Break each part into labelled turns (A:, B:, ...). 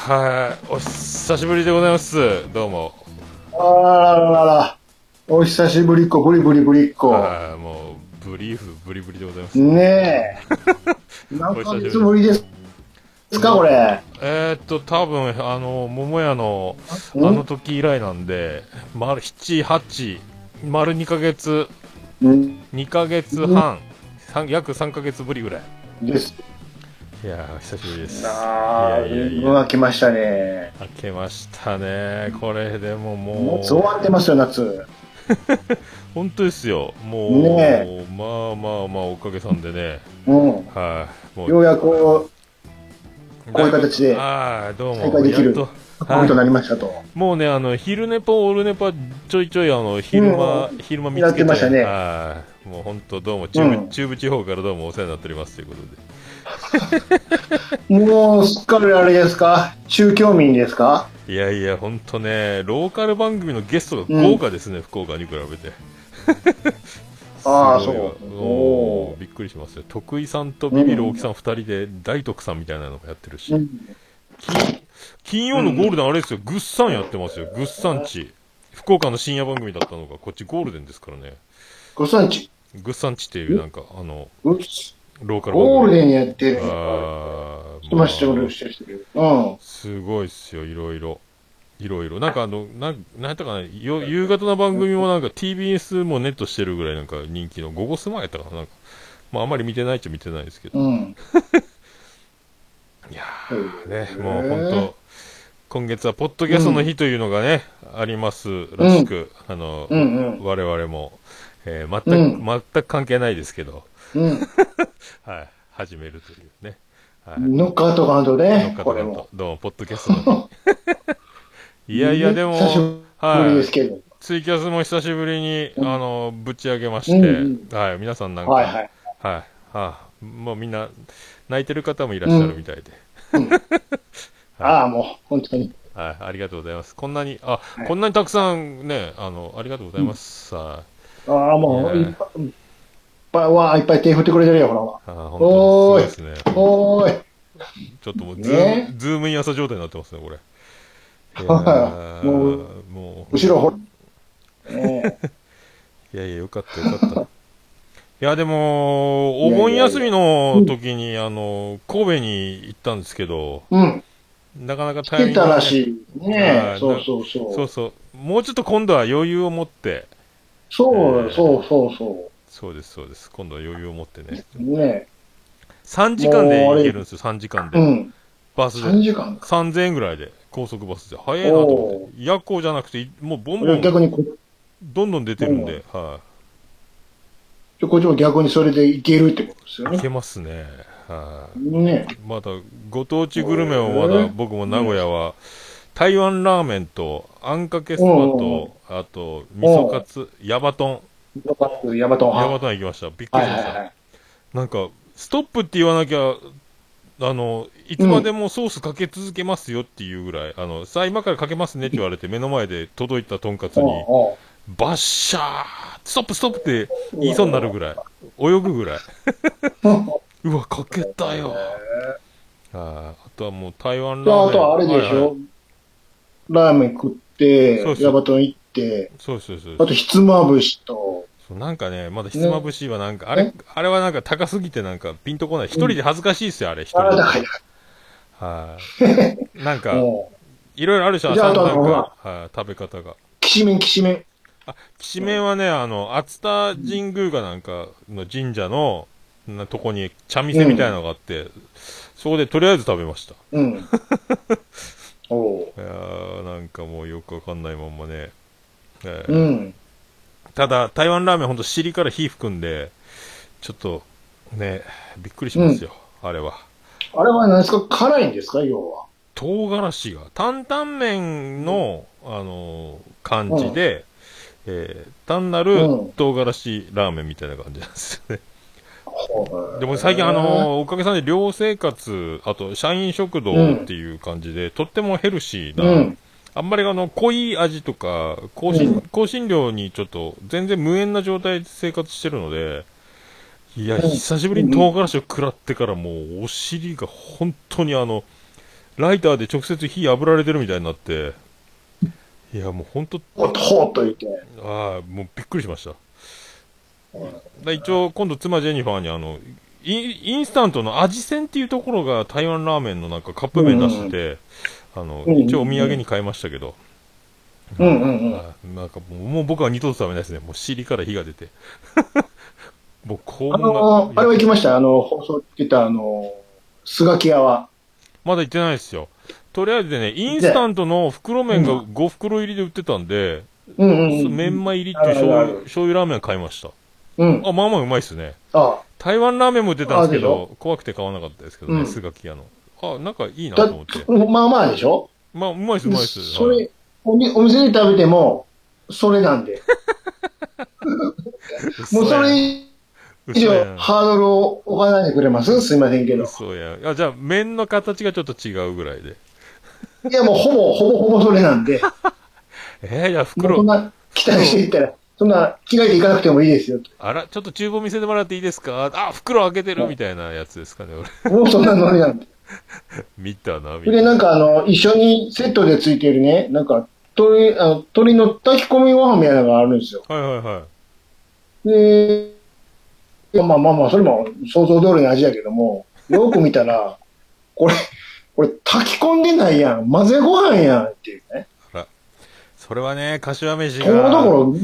A: はい、お久しぶりでございます。どうも。
B: あらららら。お久しぶりっこ、ぶりぶりぶりっこ。
A: はい、もう、ブリーフ、ブリブリでございます。
B: ねえ。何ヶ月ぶりですか、これ。
A: えー、っと、多分、あの、桃屋の、あ
B: ん
A: の時以来なんで、丸7、8、丸2ヶ月、
B: うん。
A: 2ヶ月半、三約3ヶ月ぶりぐらい。
B: です。
A: いやー、久しぶりです。
B: ああ、
A: いやいや
B: 自
A: い
B: 分
A: や
B: は来ましたね。
A: 開けましたね。これでもも
B: もう
A: う、
B: 終わってますよ、夏。
A: 本当ですよ。もう、
B: ね
A: まあまあまあ、おかげさんでね。
B: うん。
A: はい、も
B: ようやく、こういう形で
A: ああ、どうも。
B: 再開できる
A: やっ
B: う、
A: と
B: こういうことになりましたと。
A: もうね、あの、昼寝ぽ、オールネパ、ちょいちょい、あの、昼間、
B: うん
A: 昼間見つけ
B: やってましたね
A: はい。もう本当、どうも、中部、
B: うん
A: 中部地方からどうもお世話になっておりますということで。
B: もう、すっかりあれですか宗教民ですか
A: いやいや、本当ね、ローカル番組のゲストが豪華ですね、福岡に比べて。
B: ああ、
A: すご
B: そう
A: いわ。お
B: お
A: ーびっくりしますよ。徳井さんとビビる大木さん二人で、大徳さんみたいなのもやってるし
B: ーう。ん
A: 金金曜のゴールデンあれですよ、ぐっさんやってますよ、ぐっさんち。福岡の深夜番組だったのが、こっちゴールデンですからね。
B: ご存知
A: ぐっさんちっていう、なんか、あの、
B: うち
A: ローカル番組。
B: ゴールデンやってる。
A: あー
B: 来ました、俺、してる。うん。
A: すごいっすよ、いろいろ。いろいろ。なんかあの、なん、なんやったかな、よ夕方の番組もなんか TBS もネットしてるぐらいなんか人気の、午後スマやったかな、なんか。まああんまり見てないっちゃ見てないですけど。
B: うん。
A: いや
B: う
A: ー
B: ん
A: ね、もう本当、今月はポッドキャストの日というのがね、ありますらしく、あの、
B: うんうん。
A: 我々も、えー全く、
B: うん
A: 全く関係ないですけど、
B: うん。
A: はい、始めるというね。はい。
B: ノッカーとかと
A: の
B: ね、
A: 方
B: これ
A: 々
B: も
A: と。どうも、ポッドキャストの 日。いやいや、でも、
B: 久しぶりですけど。
A: ツイキャスも久しぶりに、
B: うん
A: あの、ぶち上げまして、
B: うん
A: はい、皆さんなんか、
B: はいはい。
A: はいはあ、もうみんな、泣いてる方もいらっしゃるみたいで、
B: ああ、もう、本当に。
A: はい、ありがとうございます。こんなに、あ、
B: い
A: こんなにたくさんね、あの、ありがとうございます。はい
B: ああ、もう、
A: いや
B: いっぱい、いっぱい、わあ、いっぱい手振ってくれてるよ、ほら。
A: あ本当すごいですね。
B: おーい。
A: ちょっともうズーム、
B: ね
A: ズームイン朝状態になってますね、 これ。いや
B: は
A: ー
B: いも
A: もう、
B: 後ろ、ほら。ねえ
A: いやいや、よかった、よかった。 いや、でも、お盆休みの時に、あの、神戸に行ったんですけど、
B: うん。
A: なかなか
B: 来
A: タイミ
B: て
A: ング
B: た
A: がね
B: らしい。ね
A: はい
B: え。そうそうそう。
A: そうそう。もうちょっと今度は余裕を持って、
B: そう
A: えー
B: そうそうそ
A: そうです、そうです。今度は余裕を持ってね。
B: う。ね
A: 3時間で行けるんですよ、3時間
B: え。う
A: で。
B: ん。
A: バス
B: 3
A: で。
B: 時間。
A: 3000円ぐらいで、高速バスで。早いなと思って。夜行じゃなくて、もうボンボン、
B: 逆にこ、
A: どんどん出てるんで、はい。
B: こっちも逆にそれでいけるってことですよ
A: い
B: ね。
A: けますね。はい、
B: ね
A: まだご当地グルメをまだ僕も名古屋は、台湾ラーメンと、あんかけそばと、あと、味噌カツ、ヤバトン。
B: え。よかった、ヤマトン
A: ヤバ
B: 派。
A: トン行きました。びっくり
B: はい
A: しま
B: は
A: した。
B: いはい。
A: なんか、ストップって言わなきゃ、あの、いつまでもソースかけ続けますよっていうぐらい、あの、さあ今からかけますねって言われて目の前で届いたとんかつ
B: おう
A: に、
B: おう
A: バッシャーストップストップって言いそうになるぐらい、泳ぐぐらい。 うわ、かけたよ。ああとはもう台湾
B: で
A: ラーメン。
B: あとはあれでし
A: はいはい
B: ょ、ラーメン食って
A: そう、そう
B: ヤバトン行って、
A: そうそうそう
B: あとひつまぶしと、
A: そうなんかね、まだひつまぶしはなんか、あれ
B: え、
A: あれはなんか高すぎてなんかピンとこない。一人で恥ずかしいですよ、あれ、一
B: あ
A: 人
B: れ
A: で。
B: だか
A: はい。なん
B: ら、
A: か、
B: も う、
A: いろいろあるじゃん、
B: じゃあ
A: 朝のなん
B: あとは
A: か、はい、食べ方が。
B: きしめんきしめん。
A: あ、きしめんはね、あの、熱田神宮かなんかの神社の、なとこに茶店みたいなのがあって、そこでとりあえず食べました。
B: うん。おう。
A: いやー、なんかもうよくわかんないまんまね。えー
B: うん。
A: ただ、台湾ラーメンほんと尻から火吹くんで、ちょっと、ね、びっくりしますよ、あれは。
B: あれは何ですか辛いんですか要は。
A: 唐辛子が、担々麺の、あのー感じで、えー単な
B: う
A: る
B: ん
A: 唐辛子ラーメンみたいな感じなんですよね。
B: ほう
A: でも最近あのー、おかげさんで寮生活、あと社員食堂っていう感じで、とってもヘルシーな、
B: うん。
A: あんまりあの、濃い味とか、香
B: う
A: 辛、
B: ん
A: 香辛料にちょっと、全然無縁な状態で生活してるので、いや、
B: うん
A: 久しぶりに唐辛子を食らってからもう、お尻が本当にあの、ライターで直接火炙られてるみたいになって、いや、もう本当、
B: おっと、ほっと言って。
A: ああ、もうびっくりしました。だか
B: うん
A: ら一応、今度、妻ジェニファーに、あの、インインスタントの味仙っていうところが台湾ラーメンのなんかカップ麺出してて、あの、
B: うんうんうん
A: 一応お土産に買いましたけど、
B: うんうんうん。
A: あなんかもうもう僕は二度と食べないですね。もう尻から火が出て。 もう肛
B: あ
A: 門
B: のー、
A: が
B: あれはい
A: や
B: 行きましたあの、放送聞いた、あのー、スガキ屋は。
A: まだ行ってないですよ。とりあえずね、インスタントの袋麺が5袋入りで売ってたんで、
B: うんうんう。
A: そうんメンマ入りっていう醤
B: あるあ
A: 油
B: る
A: 醤油ラーメン買いました。
B: うん。
A: あ、まあまあうまいっすね。
B: あ
A: 台湾ラーメンも売ってたんですけ
B: あで
A: ど、怖くて買わなかったですけど
B: う
A: ね、
B: ん
A: スガキ屋の。あ、なんかいいなと
B: だ
A: 思って。
B: まあまあでしょ
A: まあ、うまいっす、うまいっす。
B: そ
A: はい
B: れ、おみお店で食べても、それな んで。もうそれ以
A: 嘘や
B: 上、
A: ん
B: ハードルを置かないでくれますすいませんけど。
A: 嘘やん。嘘やん。あ、じゃあ、麺の形がちょっと違うぐらいで。
B: いや、もうほぼ、ほぼほぼそれなんで、
A: えー、じゃあ
B: もうそ
A: 袋
B: ん、な期待していったら、そんな着替えていかなくてもいいですよ。
A: あら、ちょっと厨房見せてもらっていいですかあ、袋開けてるみたいなやつですかね、俺。
B: もうそんなノリなんで。
A: 見たな、
B: そ
A: 見
B: れで
A: た
B: なんかあの、一緒にセットでついてるね、なんか、鳥、あの鳥の炊き込みご飯みたいなのがあるんですよ。
A: な。はいはいはい。
B: で、まあまあまあ、それも想像通りの味やけども、よく見たら、これ、これ炊き込んでないやん。混ぜご飯やんっていうね。
A: それはね、柏飯
B: ところど
A: が、
B: ころ、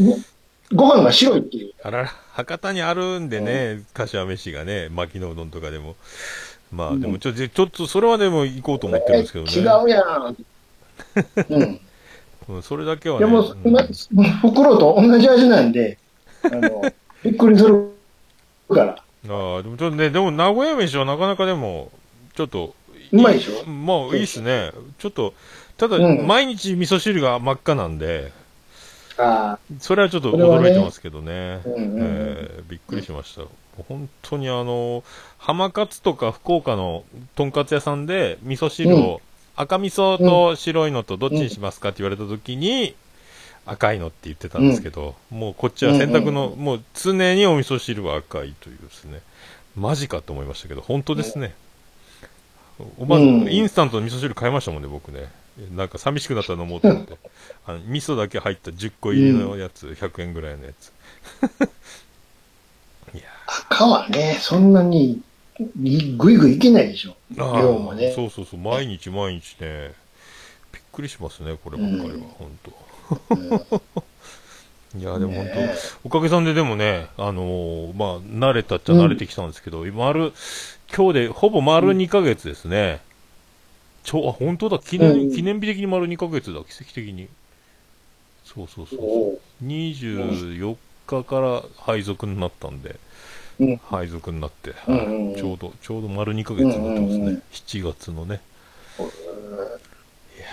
B: ごご飯が白いっていう。
A: あらら、博多にあるんでね、柏飯がね、巻きのうどんとかでも。まあ、
B: うん
A: でもちょ、ちょちょっと、それはでも行こうと思ってるんですけどね。
B: 違うやん。 うん。
A: うん、それだけは
B: で
A: ね。
B: も、
A: うん
B: 同じ袋と同じ味なんで、あの、びっくりするから。
A: ああ、でもちょっとね、でも名古屋飯はなかなかでも、ちょっと、
B: うまいでしょ
A: まあいいっすね。ちょっと、ただ、
B: うん
A: 毎日味噌汁が真っ赤なんで、
B: ああ、
A: それはちょっと
B: それはね
A: 驚いてますけどね。
B: うんうんうん
A: えーびっくりしました。本当にあの、浜勝とか福岡のとんかつ屋さんで味噌汁を、赤味噌と白いのとどっちにしますかって言われた時に、赤いのって言ってたんですけど、もうこっちは選択の、もう常にお味噌汁は赤いというですね。マジかと思いましたけど、本当ですね。おば、
B: うん
A: インスタントの味噌汁買いましたもんね、僕ね。なんか寂しくなったら飲もうと思って。あの味噌だけ入った10個入りのやつ、100円ぐらいのやつ。
B: 赤はね、そんなに、いぐいぐいいけないでしょ。
A: あ
B: 量もね。
A: そうそうそう、毎日毎日ね。びっくりしますね、こればっかりは、
B: うん
A: 本当。
B: うん
A: いや、でも本当、
B: ねえ
A: おかげさんででもね、あのーまあ、慣れたっちゃ慣れてきたんですけど、丸、今日でほぼ丸2ヶ月ですね。ちょ、あ、本当だ、記念、
B: うん
A: 記念日的に丸2ヶ月だ、奇跡的に。そうそうそう。
B: おう
A: 24日から配属になったんで、
B: うん
A: 配属になって、
B: うん
A: はい
B: うんうん
A: ちょうど、ちょうど丸2ヶ月になってますね。
B: うんうんうん
A: 7月のね。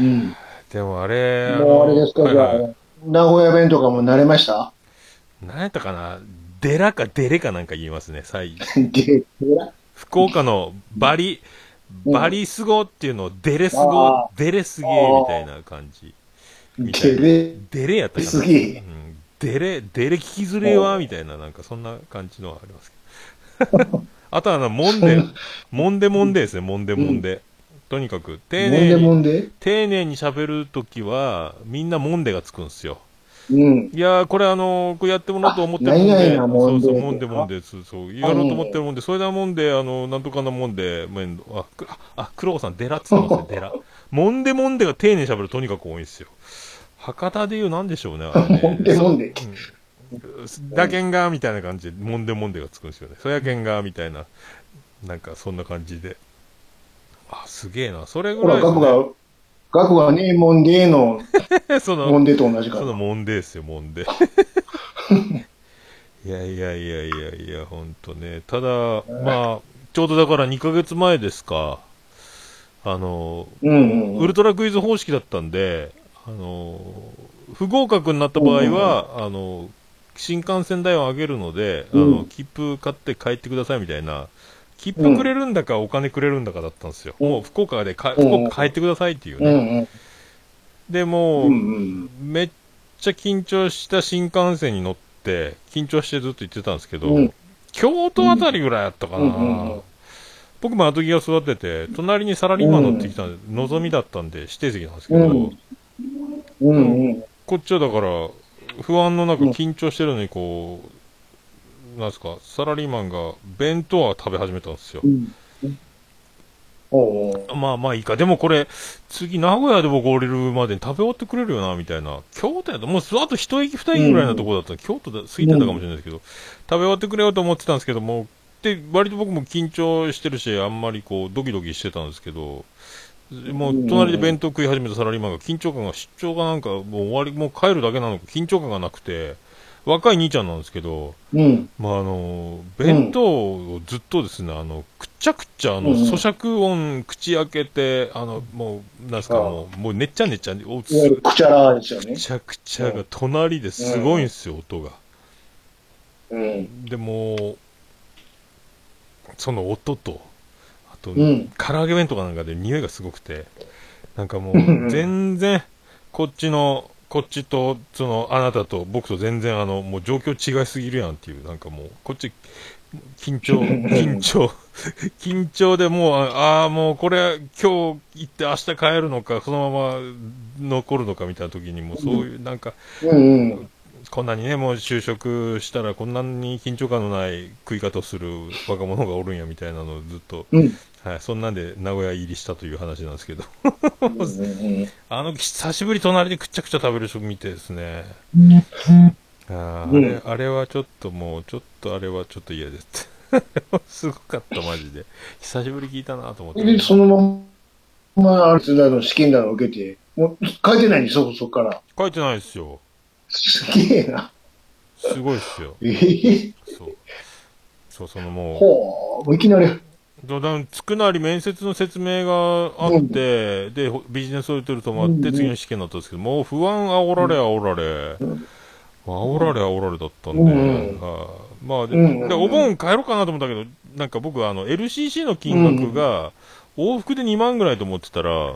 B: うん
A: でもあれ、
B: もうあれです
A: は
B: か、
A: い
B: じ
A: はい
B: ゃあ、名古屋弁とかも慣れました
A: なんやったかな、デラかデレかなんか言いますね、最
B: で、
A: 福岡のバリ、
B: うん
A: バリスゴっていうのをデレス
B: あ
A: ゴ、デレすげえみたいな感じ。みたいな
B: で、
A: デレやったかな。
B: すげえ
A: うんデレ、デレ聞きずれはみたいな、なんかそんな感じのはあります けど。あとはな、もんで、 もんでもんでですね、もんでもんで。とにかく、丁
B: もん
A: 寧
B: で
A: に、
B: もんで
A: 丁寧に喋るときは、みんなもんでがつくんですよ。
B: うん。
A: いやー、これあのー、こうやってもらおうと思ってるもん
B: あ何
A: で、
B: 々なもんで
A: そうそう、もんでもんで、そうそう、やろうと思ってるもんで、それだもんで、あのー、なんとかなもんで、めんあ、くあ、黒尾さん、デラっつってま すね、デラ。もんでもんでが丁寧に喋るとにかく多いんですよ。博多で言うなんでしょうね、あれね
B: もんでもんで。
A: うんだけんがみたいな感じで、もんでもんでがつくんですよね。そやけんがみたいな、なんかそんな感じで。あ、すげえな。それぐ
B: ほ
A: ら
B: ら、
A: いです
B: 額
A: ね、
B: が、額がね、もんでの、
A: その
B: もんでと同じか
A: その
B: ら。
A: もんでですよ、も んで。いやいやいやいやいや、ほんとね。ただ、まあ、ちょうどだから2ヶ月前ですか、あの、
B: うんう
A: ウ
B: ん。
A: ルトラクイズ方式だったんで、あの、不合格になった場合は、あの、新幹線代を上げるので、あ
B: う
A: の、
B: ん
A: 切符買って帰ってくださいみたいな、切符くれるんだかお金くれるんだかだったんですよ。もう福岡でか、
B: うん
A: 福岡帰ってくださいっていう
B: うんう
A: ね。
B: ん。
A: で、もう
B: うんうん。
A: めっちゃ緊張した新幹線に乗って、緊張してずっと行ってたんですけど、
B: うん
A: 京都あたりぐらいやったかな、
B: うんうんうん
A: 僕も後ギア育てて、隣にサラリーマン乗ってきたんで、のぞみだったんで、指定席なんですけど、
B: うんうんうん。
A: こっちはだから、不安の中、
B: うん
A: 緊張してるのに、こう、なんですか、サラリーマンが弁当は食べ始めたんですよ
B: う。ん。おうおう
A: まあまあいいか、でもこれ、次、名古屋で僕降りるまでに食べ終わってくれるよな、みたいな、京都やと、もうすあと一駅、二駅ぐらいのところだったら、京都で過ぎてたかもしれないですけど、食べ終わってくれよと思ってたんですけども、で、割と僕も緊張してるし、あんまりこう、ドキドキしてたんですけど、もう隣で弁当食い始めたサラリーマンが緊張感が出張がなんかもう終わりもう帰るだけなのか緊張感がなくて若い兄ちゃんなんですけど、
B: うん。
A: まああの弁当をずっとですね、あのくっちゃくっちゃあの、
B: うん
A: 咀嚼音、口開けて、あのもう、なんすか、
B: ああ
A: もう、もうねっちゃねっちゃ、お
B: いわゆる
A: す
B: クチャラですよね
A: く。ちゃくちゃが隣ですごいんですよ、音が。
B: うん。
A: でも、その音と、あと、
B: うん。
A: 唐揚げ弁当かなんかで匂いがすごくて、なんかも
B: うんう
A: う、
B: ん
A: 全然、こっちの、こっちと、その、あなたと、僕と全然、あの、もう状況違いすぎるやんっていう、なんかもう、こっち、緊張、緊張、緊張でもう、ああー、もうこれ、今日行って明日帰るのか、そのまま残るのかみたいな時に、もうそういう、なんか、
B: うんうん。
A: こんなにね、もう就職したら、こんなに緊張感のない食い方をする若者がおるんや、みたいなのをずっと
B: うん。
A: はい、そんなんで名古屋入りしたという話なんですけど、
B: うんうん
A: あの、久しぶり隣でくっちゃくちゃ食べる人見てですね、あーあれ、
B: うん
A: あれはちょっともう、ちょっとあれはちょっと嫌です。すごかった、 マジで。久しぶり聞いたなと思っ
B: う
A: て。
B: ん。で、そのまんま、あれだの試験だの受けて、もう書いてないんでしょ、そっから。
A: 書いてないですよ。
B: すげえな。
A: すごいですよ。
B: ええ
A: そう。そう、そのも
B: ほう、いきなり。
A: う、だだつくなり面接の説明があって、で、ほビジネスホテル泊まっ
B: うんう
A: て
B: ん
A: 次の試験だったんですけど、もう不安煽られ煽られ、煽られ煽られだったんで、
B: うん
A: はいまあで、
B: うん
A: でお盆帰ろうかなと思ったけど、なんか僕、あの、LCC の金額が、往復で2万ぐらいと思ってたら、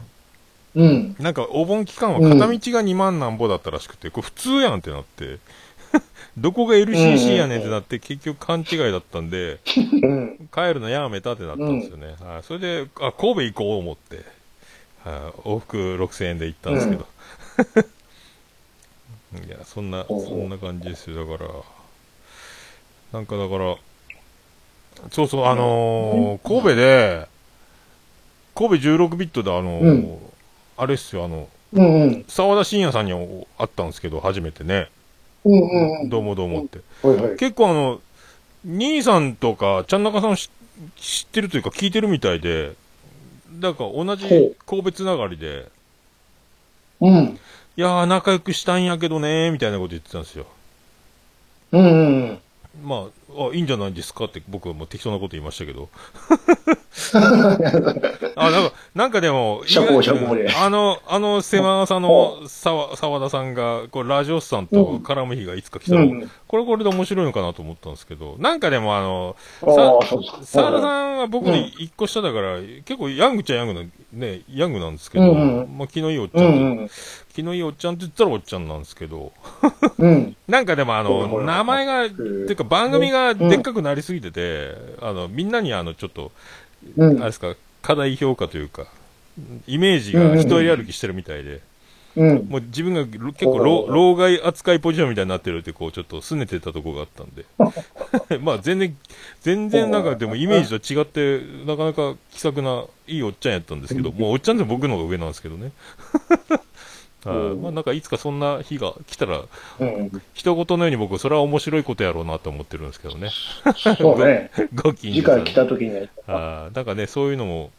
B: うん。
A: なんかお盆期間は片道が2万なんぼだったらしくて、これ普通やんってなって、 どこが LCC やねんってなって、結局勘違いだったんで、
B: うん。
A: 帰るのやめたってなったんですよね。はい、それで、あ、神戸行こう思って、はい、往復6000円で行ったんですけど。 いや、そんな、そ
B: ほうほうん
A: な感じですよ。だから、なんかだから、そうそう、あのー神戸で、神戸16ビットであのー
B: うん
A: あれっすよ、あの、
B: うんうん。
A: 沢田信也さんにお会ったんですけど、初めてね。
B: うんうんうん。
A: どうもどうもって。
B: はいはい。
A: 結構あの、兄さんとか、ちゃんなかさんし知ってるというか、聞いてるみたいで、なんか同じ
B: ほう
A: 神戸つながりで、
B: うん。
A: いやー、仲良くしたいんやけどねー、みたいなこと言ってたんですよ。
B: うんうんうん。
A: まあ、あ、いいんじゃないですかって僕はもう適当なこと言いましたけ ど。あ、なんか、なんかでも、
B: 社交社交で
A: あの、あの狭さ
B: ほ
A: の沢沢田さんが、こう、ラジオスさんと絡む日がいつか来た
B: う
A: ら、
B: ん。
A: これこれで面白いのかなと思ったんですけど、なんかでもあの、
B: ああ、そうですか。
A: 沢田
B: はいはい
A: さんは僕に一個下だから、結構ヤングっちゃヤングな、ね、ヤングなんですけ
B: う
A: ど、
B: んうん
A: まあ、気のいいおっち
B: う
A: ゃん、
B: んうん。
A: 気のいいおっちゃんって言ったらおっちゃんなんですけど、
B: うん。
A: なんかでもあ
B: ほらほ
A: の、
B: ら
A: 名前が、っていうか番組がでっかくなりすぎてて、あの、みんなにあの、ちょっと、
B: う
A: あれ
B: ん。
A: ですか、課題評価というか、イメージが一人歩きしてるみたいで、
B: うん。
A: もう自分がろ結構
B: ほらほ
A: 老
B: ら
A: 老害扱いポジションみたいになってるって、こう、ちょっと拗ねてたとこがあったんで。 まあ、全然、全然なんかでもイメージと違って、なかなか気さくないいおっちゃんやったんですけど、もうおっちゃんって僕の方が上なんですけど ね。はいまあ、なんかいつかそんな日が来たら、
B: うん。
A: 一言のように僕、それは面白いことやろうなと思ってるんですけど ね。
B: そうね。
A: ご近
B: 次
A: 所さん
B: 回来た時には。
A: あーなんかね、そういうのも、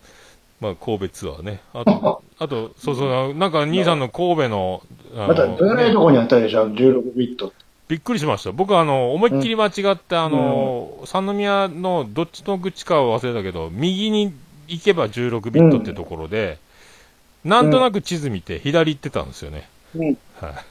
A: まあ、神戸ツアーね。あと、あと、そうそう、なんか兄さんの神戸の、あの
B: また、どれぐらいのとこにあったでしょ ?16 ビット。
A: びっくりしました。僕あの、思いっきり間違って、あの、三宮のどっちの口かは忘れたけど、右に行けば16ビットってところで、なんとなく地図見て左行ってたんですよね。
B: うん。
A: は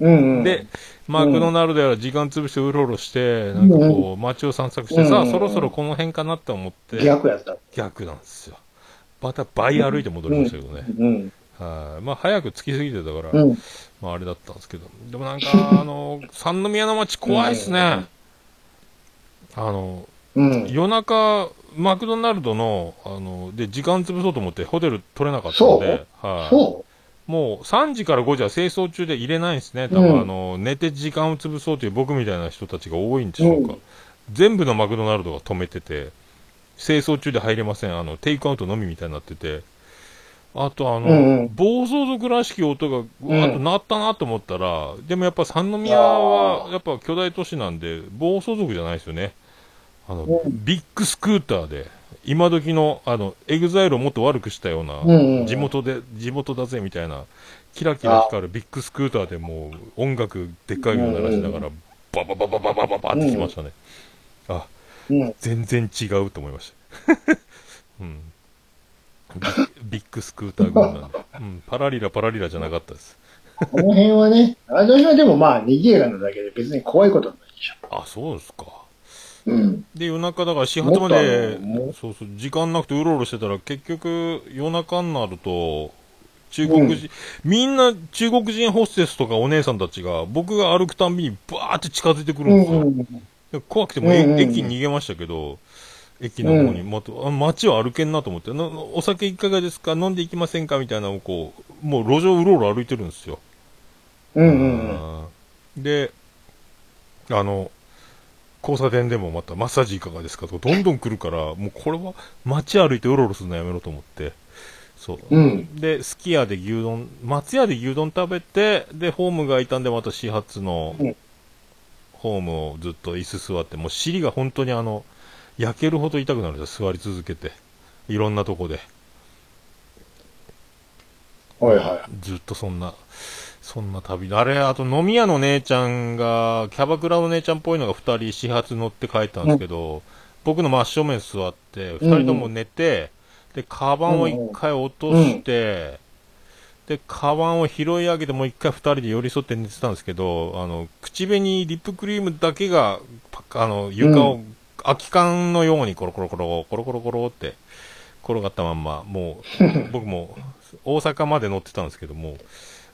B: うんう
A: い。
B: ん。
A: で、、マクドナルドやら時間潰してうろうろして、なんかこう、街を散策して、さ
B: う
A: あ、
B: ん
A: そろそろこの辺かなって思って、
B: 逆やった。
A: 逆なんですよ。また倍歩いて戻りましたけどね。
B: うん。
A: はい。まあ、早く着きすぎてたから、
B: うん。
A: まあ、あれだったんですけど、でもなん か、あの、三宮の街怖いっすね。あの、
B: うん。
A: 夜中、マクドナルドの、あの、で、時間潰そうと思ってホテル取れなかったので、はい、
B: そ
A: もう3時から5時は清掃中で入れないんですね。多分、
B: うん
A: あの、寝て時間を潰そうという僕みたいな人たちが多いんでしょうか。
B: うん
A: 全部のマクドナルドが止めてて、清掃中で入れません。あの、テイクアウトのみみたいになってて。あと、あの、
B: うんうん
A: 暴走族らしき音が、
B: ん
A: あと鳴ったなと思ったら、でもやっぱ三宮は、やっぱ巨大都市なんで、暴走族じゃないですよね。あの、
B: う
A: ビッグスクーターで、今時の、あの、エグザイルをもっと悪くしたような、
B: うんうん
A: 地元で、地元だぜみたいな、キラキラ光るビッグスクーターでもう音楽でっかいようならしながら、ババババババババってきましたね。あ、
B: う。うん。
A: 全然違うと思いました。 うん。ビッビッグスクーター軍 なんで。うん。パラリラパラリラじゃなかったです。
B: この辺はね、私はでもまあ、賑やかなだけで別に怖いことはないでしょ。
A: あ、そうですか。
B: うん。
A: で、夜中だから始発まで
B: もっとあるも、ん
A: そうそう、時間なくてうろうろしてたら、結局、夜中になると、中国人、みんな中国人ホステスとかお姉さんたちが、僕が歩くたんびにバーって近づいてくるんですよ。で怖くてもうえ、
B: うんうんうん
A: 駅に逃げましたけど、駅の方に、また、あ街を歩けんなと思って、ななお酒いかがですか飲んでいきませんかみたいなのをこう、もう路上うろうろ歩いてるんですよ。
B: うんうん
A: うんで、あの、交差点でもまたマッサージいかがですかとか、どんどん来るから、もうこれは街歩いてうろうろするのやめろと思って、そう。
B: うん。うん。
A: で、すき家で牛丼、松屋で牛丼食べて、で、ホームが開いたんで、また始発の
B: うん、
A: ホームをずっと椅子座って、もう尻が本当にあの、焼けるほど痛くなるんですよ、座り続けて。いろんなとこで。
B: はいは
A: ずっとそんな、そんな旅で。あれ、あと飲み屋の姉ちゃんが、キャバクラの姉ちゃんっぽいのが二人始発乗って帰ったんですけど、僕の真正面座って、二人とも寝て、で、カバンを一回落として、で、カバンを拾い上げてもう一回二人で寄り添って寝てたんですけど、あの、口紅、リップクリームだけが、パあの、床を、空き缶のようにコロコロコロ、コロコロコロって、転がったまんま、もう、僕も、大阪まで乗ってたんですけども、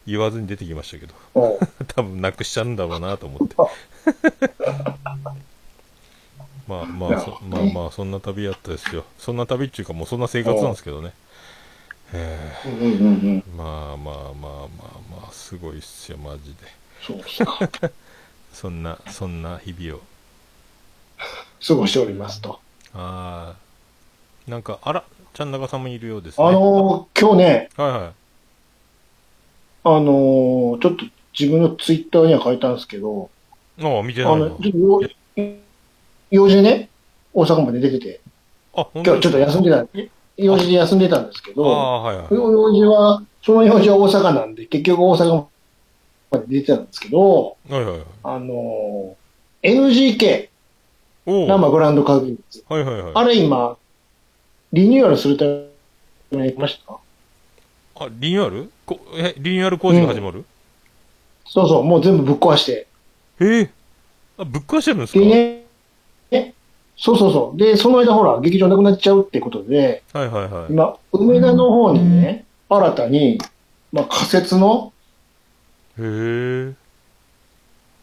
A: 言わずに出てきましたけど、
B: い。おう
A: 多分なくしちゃうんだろうなと思って。まあまあそ、まあまあ、そんな旅やったですよ。そんな旅っていうか、もうそんな生活なんですけどね。え
B: うんうんうんうん。
A: ーまあまあまあまあまあ、すごいっすよ、マジで。
B: そうですか。
A: そんな、そんな日々を。
B: 過ごしておりますと。
A: ああ。なんか、あら、ちゃんなかさんもいるようですね。
B: あのー今日ね、
A: はいはい。
B: あのーちょっと自分のツイッターには書いたんですけど、
A: ああ、見てな
B: あ
A: いな。
B: の、ちょっと用用事でね、大阪まで出てて、
A: あ、本
B: 今日ちょっと休んでた、用事で休んでたんですけ
A: あ
B: ど、
A: あー、はいはい。
B: 用事は、その用事は大阪なんで、結局大阪まで出てたんですけど、
A: はいはいはい。
B: あのー NGK、
A: おお。
B: 生グランド花月です。
A: はいはいはい。
B: あれ今、リニューアルするために行きました
A: あ、リニューアルこえ、リニューアル工事が始まる、
B: そうそう、もう全部ぶっ壊して。
A: ええあ、ぶっ壊してるんですか
B: でね、ねそうそうそう。で、その間ほら、劇場なくなっちゃうってことで、
A: はいはいはい。
B: 今、梅田の方にね、新たに、まあ仮設の
A: へえ。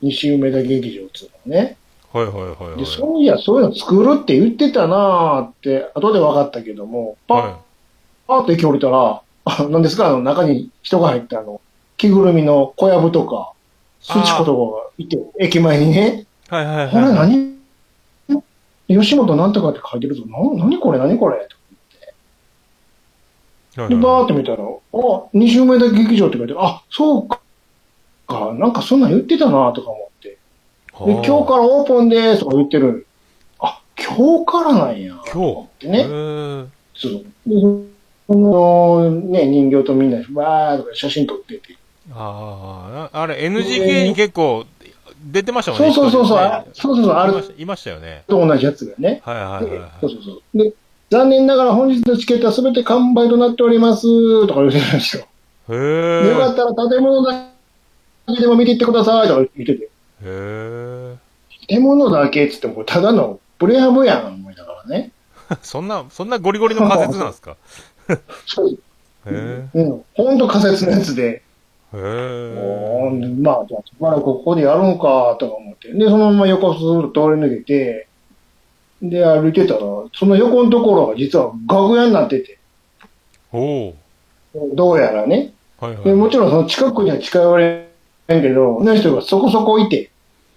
B: 西梅田劇場っていうのがね。
A: はいはいはいはい。
B: で、そういや、そういうの作るって言ってたなーって、後で分かったけども、パッ
A: は
B: パーッと駅降りたら、あ何ですか、あの中に人が入ったあの、着ぐるみの小籔とか、スチコとかがいて、駅前にね、
A: い。はいはい
B: これ
A: は
B: 何吉本なんとかって書いてるぞ。な何これ何これ
A: い。はい
B: で、
A: は
B: バーって見たら、あ、西梅田劇場って書いてある、あ、そうか、かなんかそんなん言ってたなとか思って。で、
A: い。
B: 今日からオープンですとか言ってる。あ、今日からなんや。
A: ら。今
B: って
A: 日
B: ね。
A: へ
B: そうそう。でその、ね、人形とみんな、わーとか写真撮ってて。
A: え。ああ、あれ NGK に結構出てましたもん
B: そ
A: ね。
B: うそうそうそ
A: 一
B: う、
A: 人
B: あ
A: ね
B: そうそうそう、あ
A: い
B: る
A: ましたいましたよね。
B: と同じやつがね。
A: はいはいはい
B: で
A: は
B: そう
A: い。
B: そうそう。で、残念ながら本日のチケットは全て完売となっております、とか言ってるんですよ。
A: へ
B: でよかったら建物だけでも見ていってください、とか言ってて。
A: え。へ
B: 建物だけっつっても、ただのプレハブやん、思いながらね。
A: え。 そんな、そんなゴリゴリの仮説なんですか
B: そう。
A: へえ。
B: うん。ほんと仮説のやつ
A: へ
B: で。お
A: え。
B: ーまあ、じゃあしばらくここでやるんか、とか思って。で、そのまま横をする通り抜けて、で、歩いてたら、その横のところが実は楽屋になってて、
A: おお
B: どうやらね。
A: はいはい
B: でもちろんその近くには近寄れへんけど、その人がそこそこいて、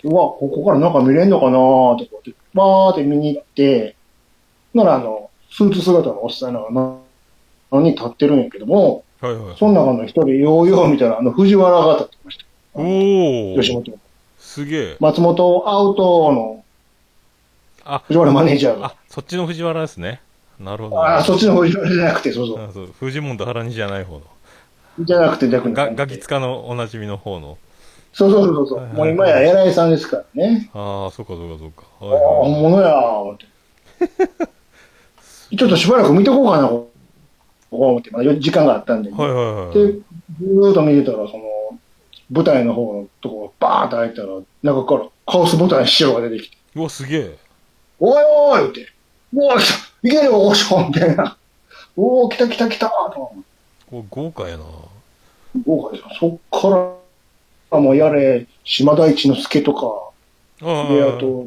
B: うわ、ここから中見れんのかなーとかって、バーって見に行って、ならあの、スーツ姿のおっさんらがな何立ってるんやけども、
A: はいはい
B: その中の一人、ようよう見たら、あの、藤原が立ってました。
A: おお
B: 吉本。
A: すげえ
B: 松本アウトの
A: あ
B: 藤原マネージャーが。
A: あそっちの藤原ですねなるほど
B: ああ、そっちの方じゃなくて、そうそ
A: あそう藤本と原西じゃない方の
B: う。じゃなくて、じゃなく
A: ガ
B: て。
A: ガキツカのおなじみの方の
B: そうそうそうそう。
A: はいはい
B: もう今や偉いさんですからね。
A: ああそうかそうかそうか
B: ああ、
A: はいはい
B: 本物やー思って。 ちょっとしばらく見とこうかな、ここ思って。まだ時間があったんで。
A: はいはいはい
B: で、ずーっと見てたら、その、舞台の方のとこがバーって開いたら、中からカオスボタン師匠が出てきて、
A: うわすげえ
B: おいおいって、うわ、来たいけるよ、おしょみたいな。おお、来た来た来たと思って
A: これ豪華やな
B: 豪華ですよそっから、もうやれ、島田一之助とか、
A: あ
B: で、あ
A: おう
B: と、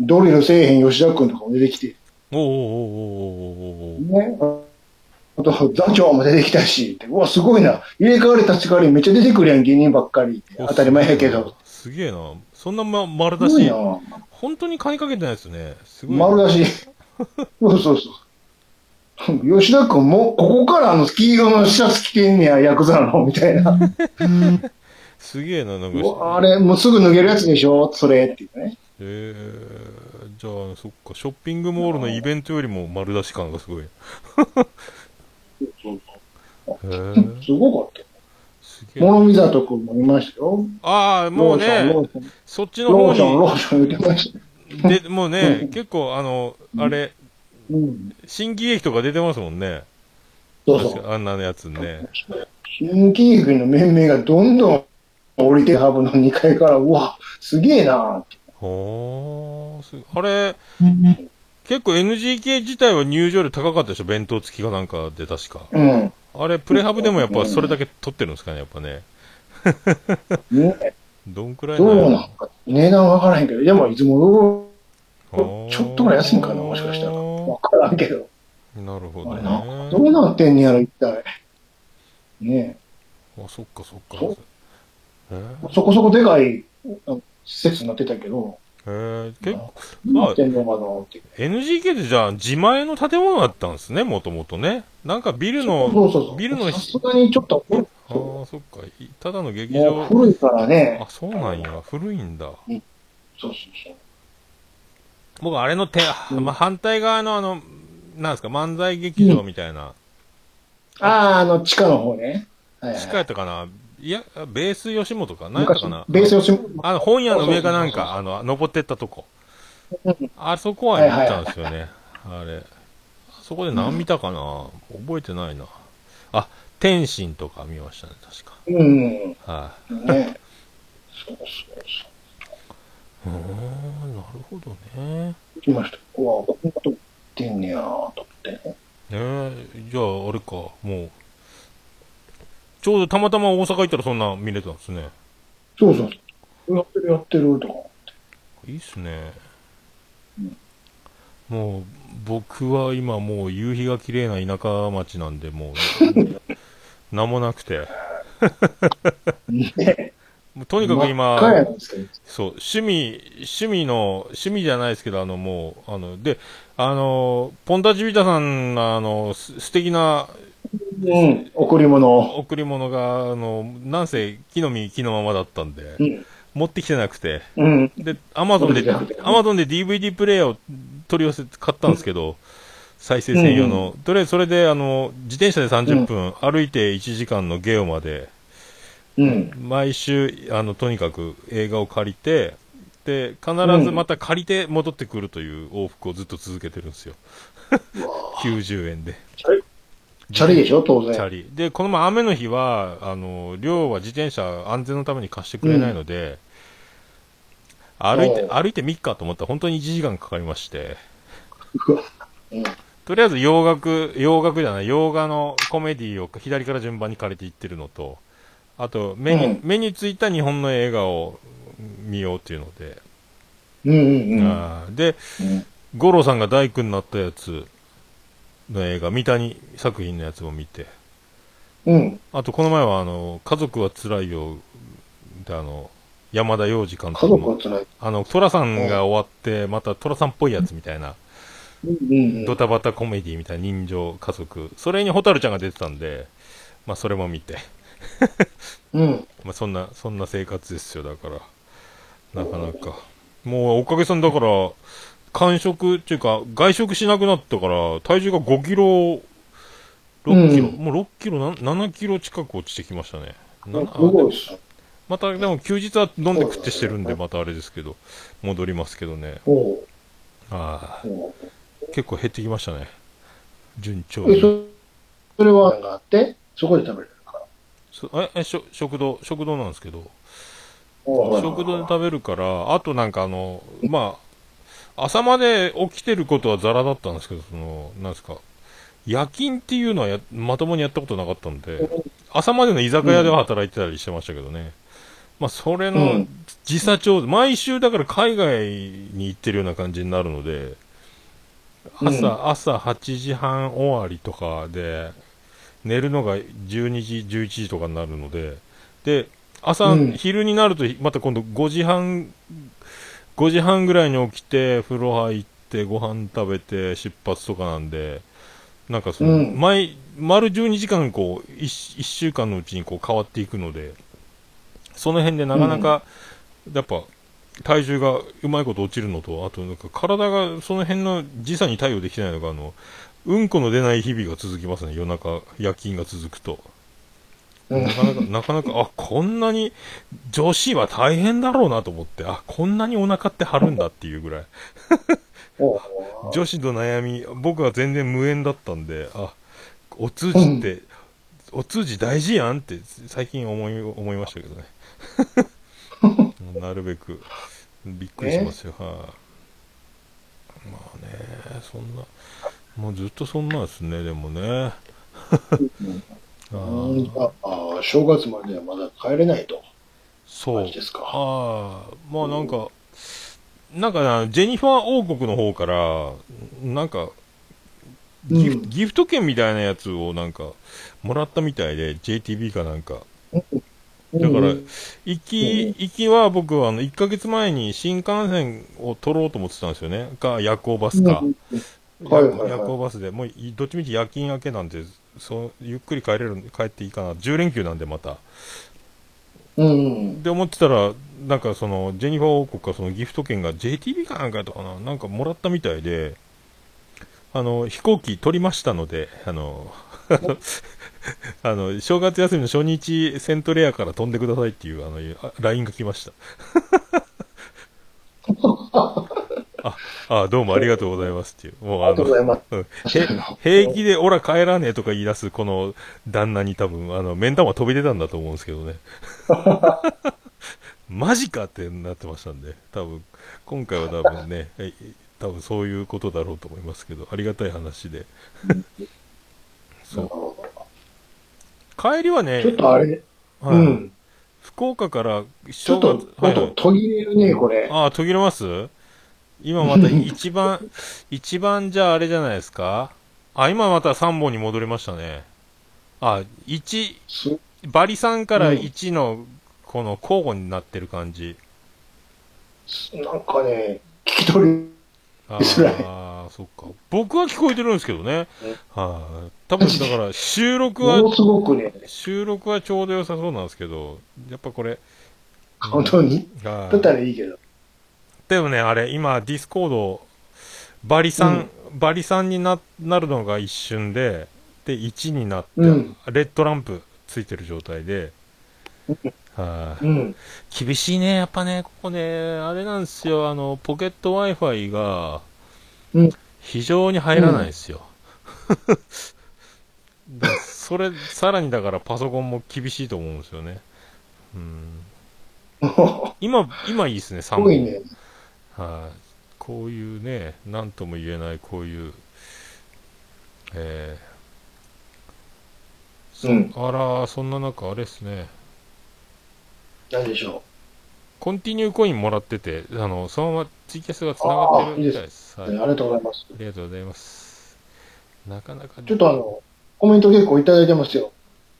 B: ドリルせえへん吉田君とかも出てきて、
A: おうおうおうおうおう
B: ね、あと、座長も出てきたし、ってうわ、すごいな。入れ替わり立ち替わりめっちゃ出てくるやん、芸人ばっかり。
A: おう
B: 当たり前やけど。
A: すげえなそんな、ま、丸
B: す
A: 出
B: ごい
A: し
B: な。
A: 本当に金かけてないですねすごい
B: 丸出し。そうそうそう。吉田君も、ここからあの、黄色のシャツ着てんねや、ヤクザの、みたいな。
A: すげえななんか
B: うわあれ、もうすぐ脱げるやつでしょ、それ、っていうね。
A: えー、じゃあそっかショッピングモールのイベントよりも丸出し感がすごいへえ
B: すごかった。
A: すげえ
B: 諸見里君もいましたよ。
A: ああもうね
B: ローション、
A: そっちの
B: ローション、ロ
A: 方
B: ーション言ってました。
A: にでもう
B: う
A: ね
B: ん
A: 結構あのあれ
B: うん。
A: 新喜劇とか出てますもんね
B: そうそう。
A: あんなやつね
B: 新喜劇の面々がどんどん降りてハブの2階から、うわ、すげえなって。
A: ほーすあれ結構 NGK 自体は入場料高かったでしょ弁当付きかなんかで確か
B: うん。
A: あれプレハブでもやっぱそれだけ取ってるんですかねやっぱね
B: ね、
A: どんくらい
B: ど
A: んや
B: う
A: ろ
B: なんか、値段わからへんけど、でもいつも
A: あ
B: ど
A: ー
B: うちょっとぐらい安いんかな、もしかしたら。わからんけど。
A: なるほど
B: あれ
A: ね。
B: なんかどうなってんねやろ、一体。ね
A: あ、そっかそっか。
B: そう
A: えー
B: えそこそこでかいあの施設になってたけど、
A: えー、結構、
B: どうなってんのかなって。
A: NGK ってじゃあ自前の建物だったんですね、もともとね。なんかビルの、
B: そうそうそう。
A: ビルの
B: さすがにちょっと古い
A: ああ、そっか、いただの劇
B: もう
A: 場。
B: 古いからね
A: あ、。そうなんや、古いんだ。
B: そうそう
A: 僕、あれの手、
B: うん
A: まあ、反対側のあの、なんですか、漫才劇場みたいな、
B: そう。ああ、あの、地下の方ね。はいはい
A: 地下やったかな、いや、ベース吉本か、なんやった
B: 昔
A: かな。
B: ベース吉
A: あの、本屋の上かなん
B: そうそうそうそう
A: か、あの、登ってったとこ
B: うん。
A: あそこは行ったんですよね。あれ。あそこで何見たかな覚えてないな。あ、天心とか見ましたね、確か。
B: 本。うん。
A: は
B: ね。そうそう
A: い。
B: そ
A: うーん、なるほどね。ね
B: う。来ました。うわ、こんなとこ行ってんねやーと思ってね。
A: え、じゃあ、あれか、もう。ちょうどたまたま大阪行ったらそんな見れたんですね。
B: そうそうそう。やってるやってるとか。
A: いいっすね
B: うん。
A: もう、僕は今もう夕日が綺麗な田舎町なんで、 もう、名もなくて。
B: ね。
A: もうとにかく
B: 真っ赤や
A: 今、
B: なんですけど。
A: そう、趣味、趣味の、趣味じゃないですけど、あの、もう、あの、で、あの、ポンタジビタさんが、あの、す素敵な
B: うん。贈り物。
A: 贈り物が、あの、なんせ、木の実、木のままだったんで
B: う、ん。
A: 持ってきてなくて、
B: うん。
A: で、アマゾンで
B: そうですね、
A: アマゾンで DVD プレイヤーを取り寄せて買ったんですけど、再生専用の、とりあえずそれで、あの、自転車で30分、歩いて1時間のゲオまで、
B: うん。
A: 毎週あのとにかく映画を借りてで必ずまた借りて戻ってくるという往復をずっと続けてるんですよ90円で
B: チャリチャリでしょ、当
A: チャ
B: 然。
A: リでこの前雨の日はあの寮は自転車安全のために貸してくれないので、歩いて
B: おう
A: 歩いて3日と思ったら本当に1時間かかりまして
B: うわうん。
A: とりあえず洋楽、洋楽じゃない、洋画のコメディを左から順番に借りていってるのと、あと目に、
B: うん
A: 目についた日本の映画を見ようっていうので、
B: うんうんうん
A: あーで、
B: うん。
A: 五郎さんが大工になったやつの映画、三谷作品のやつも見て、
B: うん。
A: あとこの前は、あの、家族は辛いよ、で、あの、山田洋次監
B: 家
A: 督
B: 族は
A: の、
B: 辛い。
A: あの、寅さんが終わって、また寅さんっぽいやつみたいな、
B: うんうんう
A: ド
B: ん。
A: タバタコメディみたいな人情家族、それに蛍ちゃんが出てたんで、まあそれも見て、
B: うん。
A: まあそんな、そんな生活ですよ、だから。なかなか。もうおかげさんだから、完食っていうか、外食しなくなったから、体重が5キロ、6キロ、
B: うん
A: もう6キロ、な7キロ近く落ちてきましたね。な
B: すごいっす。
A: また、でも休日は飲んで食ってしてるんで、またあれですけど、戻りますけどね。
B: おう
A: ああ、
B: おう
A: 結構減ってきましたね。順調
B: え、
A: に。
B: そそれは、なんかあって、そこで食べれるから。
A: そええしょ食堂、食堂なんですけど、
B: おう
A: 食堂で食べるから、あとなんかあの、まあ、朝まで起きてることはザラだったんですけど、その、なんですか、夜勤っていうのはやまともにやったことなかったんで、朝までの居酒屋では働いてたりしてましたけどね。まあ、それ
B: う
A: の
B: ん
A: 時差調整、毎週だから海外に行ってるような感じになるので、朝、
B: うん
A: 朝8時半終わりとかで、寝るのが12時、11時とかになるので、で、朝、
B: うん
A: 昼になると、また今度5時半、5時半ぐらいに起きて、風呂入って、ご飯食べて、出発とかなんで、なんかその、
B: うん
A: 毎、丸12時間、こう1、一週間のうちにこう変わっていくので、その辺でなかなか、やっぱ、体重がうまいこと落ちるのと、あとなんか体がその辺の時差に対応できてないのが、あの、うんこの出ない日々が続きますね、夜中、夜勤が続くと。
B: うん
A: なかなか、なかなか、あ、こんなに、女子は大変だろうなと思って、あ、こんなにお腹って張るんだっていうぐらい。
B: おう
A: 女子の悩み、僕は全然無縁だったんで、あ、お通じって、お通じ大事やんって最近思い、思いましたけどね。なるべく、びっくりしますよ。はいまあね、そんな、もうずっとそんなんですね、でもね。 あ
B: う
A: ー
B: んああ、正月まではまだ帰れないと。
A: そう
B: マジ。ですか。
A: ああ、まあなんか、なんかな、ジェニファー王国の方から、なんか、ギフ,、
B: うん
A: ギフト券みたいなやつをなんか、もらったみたいで、JTB かなんか。だから
B: うん
A: 行
B: うん
A: き、行きは僕はあの、1ヶ月前に新幹線を取ろうと思ってたんですよね。か、夜行バスか。
B: うんはいはいはい
A: 夜行バスで、もういどっちみち夜勤明けなんで、そうゆっくり帰れるんで、帰っていいかな。10連休なんでまた。
B: うん。
A: で思ってたら、なんかその、ジェニファー王国かそのギフト券が JTB かなんかやったかな、なんかもらったみたいで、あの、飛行機取りましたので、あの、 あの、正月休みの初日、セントレアから飛んでくださいっていう、あの、あ LINE が来ま した。あ、あ、どうもありがとうございますっていう。もう
B: ありがとうございます。
A: うんへ平気で、オラ帰らねえとか言い出す、この旦那に多分、あの、面談は飛び出たんだと思うんですけ どね。マジかってなってましたんで、多分、今回は多分 ね、え多分そういうことだろうと思いますけど、ありがたい話で。そう。帰りはね
B: ちょ、っとあれ、
A: はい
B: うん。
A: 福岡から
B: ちょ
A: 正
B: っ
A: 月、
B: と、
A: はいはい
B: 音途切れるね、これ。
A: ああ、途切れます今 また一番、一番じゃああれじゃないですかあ、今また3本に戻りましたね。あ、1、
B: す
A: バリ3から
B: うん
A: 1の、この交互になってる感じ。
B: なんかね、聞き取
A: あ
B: うっすらね
A: あ、そっか。僕は聞こえてるんですけどね
B: え。
A: はい、多分だ から収録
B: り、も
A: は、
B: のすごくね、
A: 収録はちょうど良さそうなんですけど、やっぱこれ。うん
B: 本当に、
A: はい
B: だったらいいけど。
A: でもね、あれ、今、ディスコード、バリさん、バリさんにななるのが一瞬で、で、1になって、
B: うん
A: レッドランプついてる状態 で、は
B: う
A: い
B: ん。
A: 厳しいね、やっぱね、ここね、あれなんですよ、あの、ポケット Wi-Fi が
B: うん、
A: 非常に入らないんですよ。でそれ、さらにだからパソコンも厳しいと思うんですよね。 うん、今、今いいですね、
B: す
A: 3
B: ご
A: 本。
B: いね。
A: はい、こういうね、なんとも言えない、こういう、えーそ
B: うん
A: あら、そんな中、あれですね、
B: なんでしょ
A: コンティニューコインもらってて、あの、そのままツイキャスが繋がってるみたいです。
B: あ
A: はい。
B: り
A: あ
B: がとうございます。
A: りがとうございます。なかなかね
B: ちょっとあの、コメント結構いただいてますよ。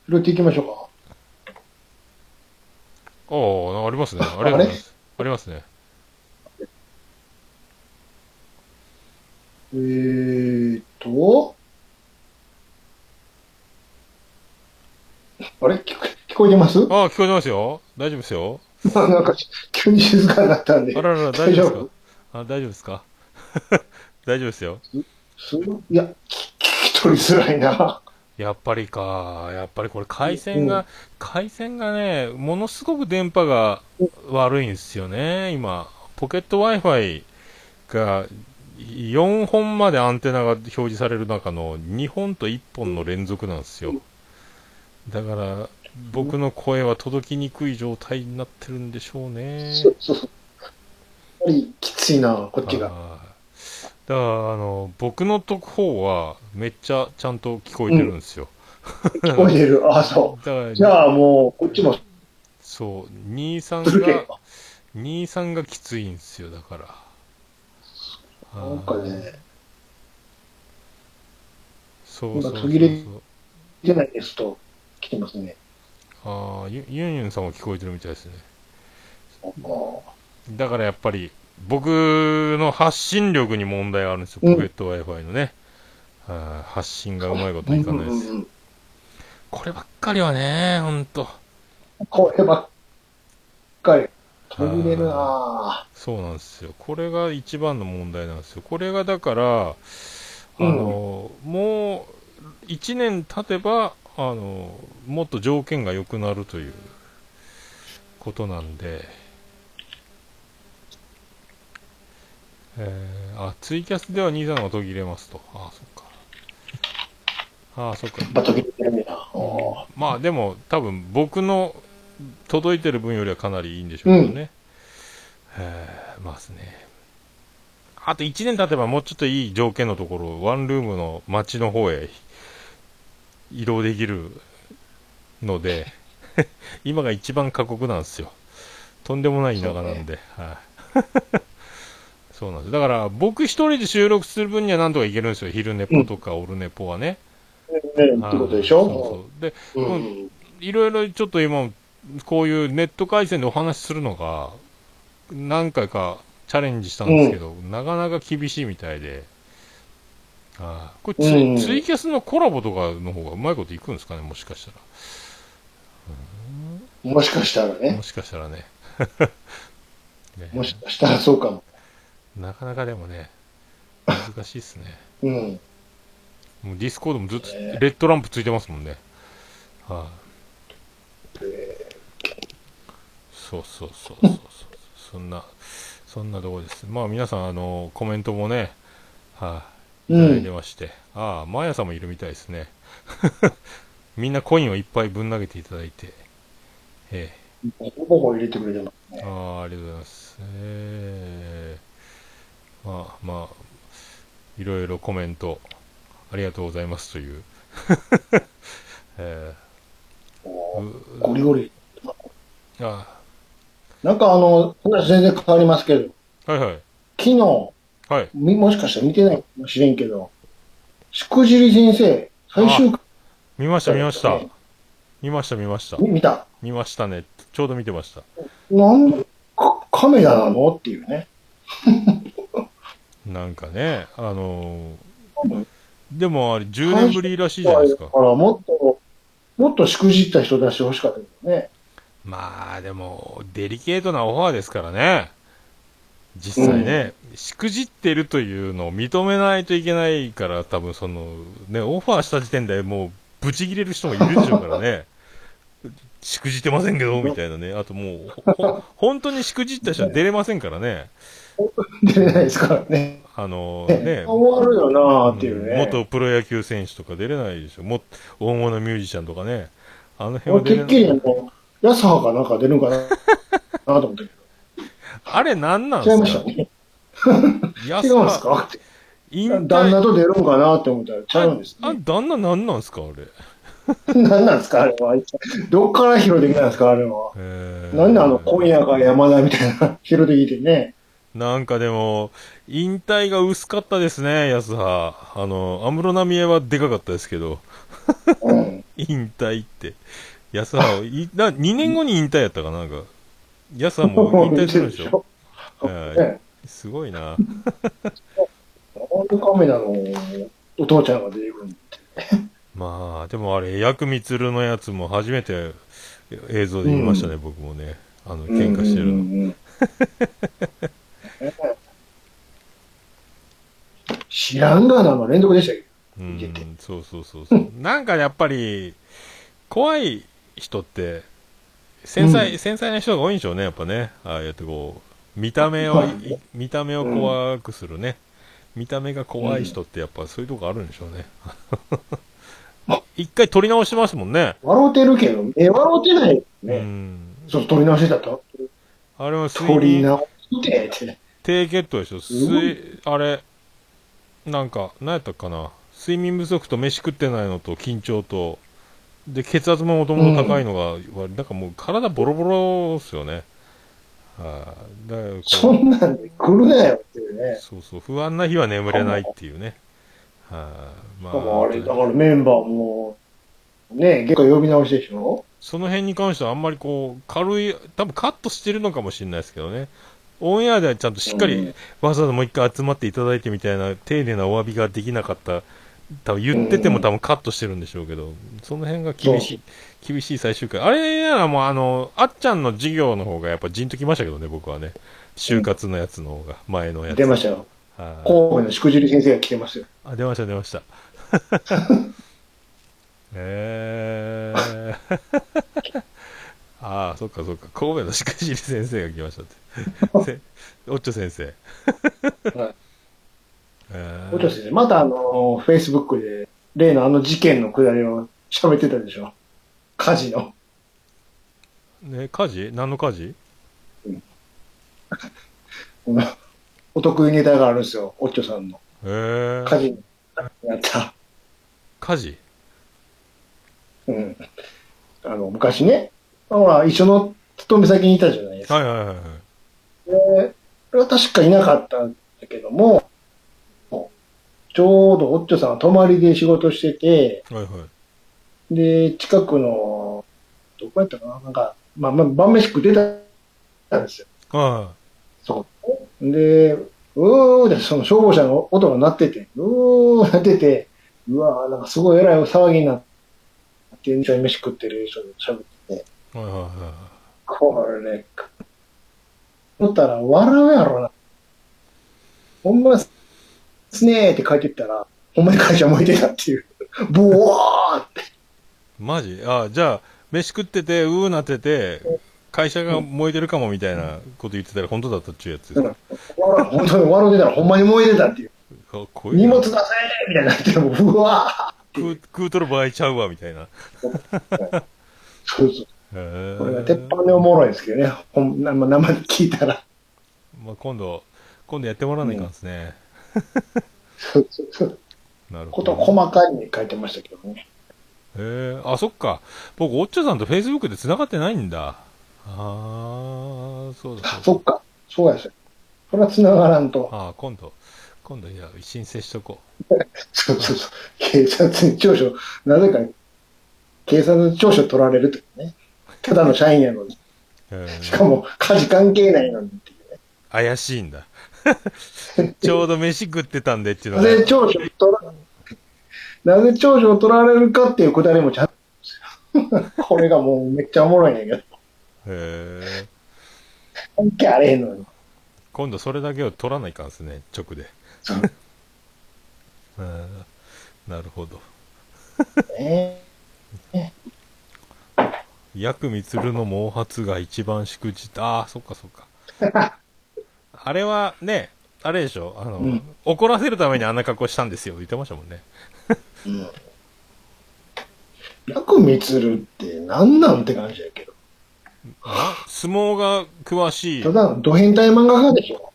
B: 拾っていきましょうか。
A: ああ、ありますね。ありがとうございます。ありますね。
B: えーっと。あれ聞こ聞こえてます
A: ああ、聞こえてますよ。大丈夫ですよ。
B: なんか急に静かになったんで
A: あ。ららら、大丈夫で
B: 大丈
A: す
B: 夫
A: かあ大丈夫ですか 大丈夫ですよ。
B: すごいや、聞聞き取りづらいな。
A: やっぱりか。やっぱりこれ回線が、回線がね、ものすごく電波が悪いんですよね、今。ポケット Wi-Fi が4本までアンテナが表示される中の2本と1本の連続なんですよ。だから、僕の声は届きにくい状態になってるんでしょうね。
B: そうそうそう。やっぱりきついな、こっちが。
A: あーだからあの僕のとこはめっちゃちゃんと聞こえてるんですよ、
B: 聞こえてる。あ、そ
A: だから
B: う。じゃあもう、こっちも
A: そう23
B: するけ
A: が23がきついんですよだからあ
B: な
A: ー
B: んかね、
A: そうそうそうそ
B: なんか途切れ
A: う
B: じゃないですと、来てますね。
A: ああユユンユンさんも聞こえてるみたいですね
B: あー
A: だからやっぱり僕の発信力に問題があるんですよ、
B: うん
A: ポケット Wi-Fi のねあー発信がうまいこといかないですよ、
B: うんうんうん
A: こればっかりはねほんと
B: こればっかり。途切れるな
A: そうなんですよ。これが一番の問題なんですよ。これがだから、あの、もう、1年経てば、あの、もっと条件が良くなるということなんで、えー、あ、ツイキャスでは兄さんが途切れますと。あ、そっか。あ、そっか
B: や。っぱ途切れてるんだな。あー
A: まあでも多分僕の届いてる分よりはかなりいいんでしょうけどね。えーまあですね。あと1年経てばもうちょっといい条件のところ、ワンルームの街の方へ移動できるので、 今が一番過酷なんですよ。とんでもない田舎なんで。はい そうなんです。だから僕一人で収録する分にはなんとかいけるんですよ。昼寝ぽとかオルネポはね。
B: ねってことでし
A: はいそう
B: ょ
A: そうで、
B: うん
A: ういろいろちょっと今、こういうネット回線でお話しするのが、何回かチャレンジしたんですけど、なかなか厳しいみたいで、ああこれツイ、
B: うん
A: ツイキャスのコラボとかの方がうまいこといくんですかね、もしかした
B: もしかしたら
A: ら。
B: ね
A: も。しかしたらね。 ね
B: もしかしたらそうかも。
A: なかなかでもね、難しいっすね。
B: うん。
A: もうディスコードもずっと
B: ね
A: レッドランプついてますもんね。はい、そうそうそうそうそう。そんな、そんなとこです。まあ皆さん、あの、コメントもね、はい、
B: う
A: いただいて
B: ん。
A: まして。ああ、マーヤさんもいるみたいですね。 みんなコインをいっぱいぶん投げていただいて。え
B: ボコボコ入れてくれてます
A: え
B: ね。
A: ああ、ありがとうございます。ええまあまあ、いろいろコメント、ありがとうございますという。 ええ
B: こう
A: う
B: ゴリゴリ。
A: あ
B: なんかあの、話全然変わりますけど、
A: あ、はいはい。
B: 昨日、
A: はい。
B: みもしかしたら見てないかもしれんけど、しくじり先生、最終回、
A: 見ました、見ました
B: ね。
A: 見ました、見ました。
B: み見た。
A: 見ましたね。ちょうど見てました。
B: なんでかカメラなのっていうね。
A: なんかね、あの
B: うん
A: ー、でもあれ10年ぶりらしいじゃないです
B: だ
A: か。
B: からもっと、もっとしくじった人出してほしかったけどね。
A: まあでも、デリケートなオファーですからね。実際ね、しくじってるというのを認めないといけないから、多分その、ね、オファーした時点でもう、ブチ切れる人もいるでしょうからね。 しくじってませんけど、みたいなね。あともう、ほほ本当にしくじった人は出れませんからね。
B: 出れないですからね。
A: あのーね
B: ね、終わるよなーっていうね。
A: 元プロ野球選手とか出れないでしょ、もっと大物ミュージシャンとかね、あの辺は出
B: 俺て
A: れ
B: っきり
A: な
B: あ
A: い。
B: の、安葉かなんか出る んかななと思ったけ
A: あれ、なんなん
B: ど。違いま
A: で
B: し
A: す
B: た
A: か、
B: ね。
A: 安
B: 違うんですか
A: 引退
B: 旦那と出るんかなって思ったら、ちゃうんです
A: あ
B: ね。
A: 旦那、なんなんですか、あれ。
B: 何なんですか、あれは。どっから拾ってきたんですか、あれは。
A: えー
B: なんであの、今夜が山田みたいな、 拾ってきてね。
A: なんかでも、引退が薄かったですね、安葉。あの、安室奈美恵はでかかったですけど、
B: うん。
A: 引退って。安葉を、いな2年後に引退やったかな、なんか。安葉も引退するでし ょ。は
B: ね
A: い。すごいな。
B: なんでカメラのお父ちゃんが出てくるの
A: まあ、でもあれ、ヤクミツルのやつも初めて映像で見ましたね、僕もね。あの、喧嘩してる
B: うん
A: の。
B: うんうんうん 知らんがなの連続でしたけ
A: う
B: 見てて
A: ん、そうそうそう そう。なんかやっぱり、怖い人って、繊細、
B: う
A: 繊細な人が多いんでしょうね、やっぱね。ああやってこう、見た目を、
B: はい
A: い見た目を怖くするね。見た目が怖い人ってやっぱそういうとこあるんでしょうね。 一回撮り直しますもんね。
B: ど。笑うてるけど、え、笑うてないよ
A: う
B: ね。
A: ん。
B: そう、撮り直してたと。
A: あれは水
B: 撮り
A: 輪
B: 直してって。
A: 低血糖でしょ
B: すごい
A: 水あれなんか何やったかな睡眠不足と飯食ってないのと緊張とで血圧ももともと高いのが、わなんかもう体ボロボロっすよねはいだからこう
B: そんなんで来るなよっていうね。
A: そうそう不安な日は眠れないっていうねはいま
B: だからあれ、だ
A: あ
B: からメンバーも、ね、結構呼び直しでしょ
A: その辺に関してはあんまりこう軽い多分カットしてるのかもしれないですけどねオンエアではちゃんとしっかり、
B: うん
A: わざわざもう一回集まっていただいてみたいな丁寧なお詫びができなかった多分言ってても多分カットしてるんでしょうけど、その辺が厳しい厳しい最終回あれならもうあのあっちゃんの授業の方がやっぱじんときましたけどね僕はね就活のやつの方が前のやつ
B: 出ましたよ。
A: はい
B: 神戸のしくじり先生が来てますよ。
A: あ出ました出ました えー、 ああそっかそっか神戸のしくじり先生が来ました ってせおっちょ先生
B: はい
A: えー
B: おと先生、またあの、Facebook で、例のあの事件のくだりを喋ってたでしょ火事の。
A: ね、火事何の火事
B: お得意ネタがあるんですよ、おっちょさんの。
A: へえ
B: 火事になった。
A: 火事
B: うん。あの、昔ね、ほら、一緒の勤め先にいたじゃないですか。
A: はいはいはいはい
B: で、それは確かいなかったんだけども、ちょうどおっちょさんは泊まりで仕事してて、
A: はいはい
B: で、近くの、どこやったかななんか、まあ、まあ、晩飯食ってたんですよ。
A: は
B: そこ。で、うーって、その消防車の音が鳴ってて、うーなってて、うわーなんかすごい偉い騒ぎになって、一緒に飯食ってる人と喋ってて、
A: いはいはいはい
B: これね、思ったら笑うやろな。ほんますねーって帰ってったら、ほんまに会社向いてたっていう。 ボワーって。
A: マジあじゃあ飯食っててうーなってて会社が燃えてるかもみたいなこと言ってたら本当だったっちゅうやつです
B: う
A: か、
B: ん笑う本当に笑うてたらほんまに燃えてたっていう。
A: あこうい
B: 荷
A: うの
B: 物出せーみたいになって、もう、うわー
A: 食う食うとる場合ちゃうわみたいな
B: そうそう。
A: へー
B: これが鉄板でおもろいですけどね。ほん、なま、生で聞いたら。
A: まあ、今度今度やってもらわないかんですね、
B: そうそうそう。
A: なるほ
B: こと
A: ど
B: を細かに書いてましたけどね。
A: へえあそっか僕おっちょさんとフェイスブックで繋がってないんだああそうだ
B: あ
A: そうだ
B: そっか。そうやですよ。それは繋がらんと。
A: ああ今度今度いや申請しとこ
B: そうそうそう。警察に調書、なぜか、警察に調書取られるというね。ただの社員やのに。
A: う、へー
B: しかも、家事関係ないのにっていうね。
A: 怪しいんだ ちょうど飯食ってたんでっていう
B: な
A: のが
B: ぜ長所取ら、なぜ長所を取られるかっていうくだりもちゃんと これがもうめっちゃおもろいねんだけど、
A: へえ
B: 関係あれへんのに。
A: 今度それだけを取らないかんですね直で
B: そう
A: うんなるほど
B: ね。
A: ヤクミツルの毛髪が一番しくじったああそっかそっか あれはねあれでしょあの、
B: うん
A: 怒らせるためにあんな格好したんですよ言ってましたもんね
B: うん。楽みつるって何なんって感じやけど。
A: 相撲が詳しい、
B: ただ、ド変態漫画家でしょ。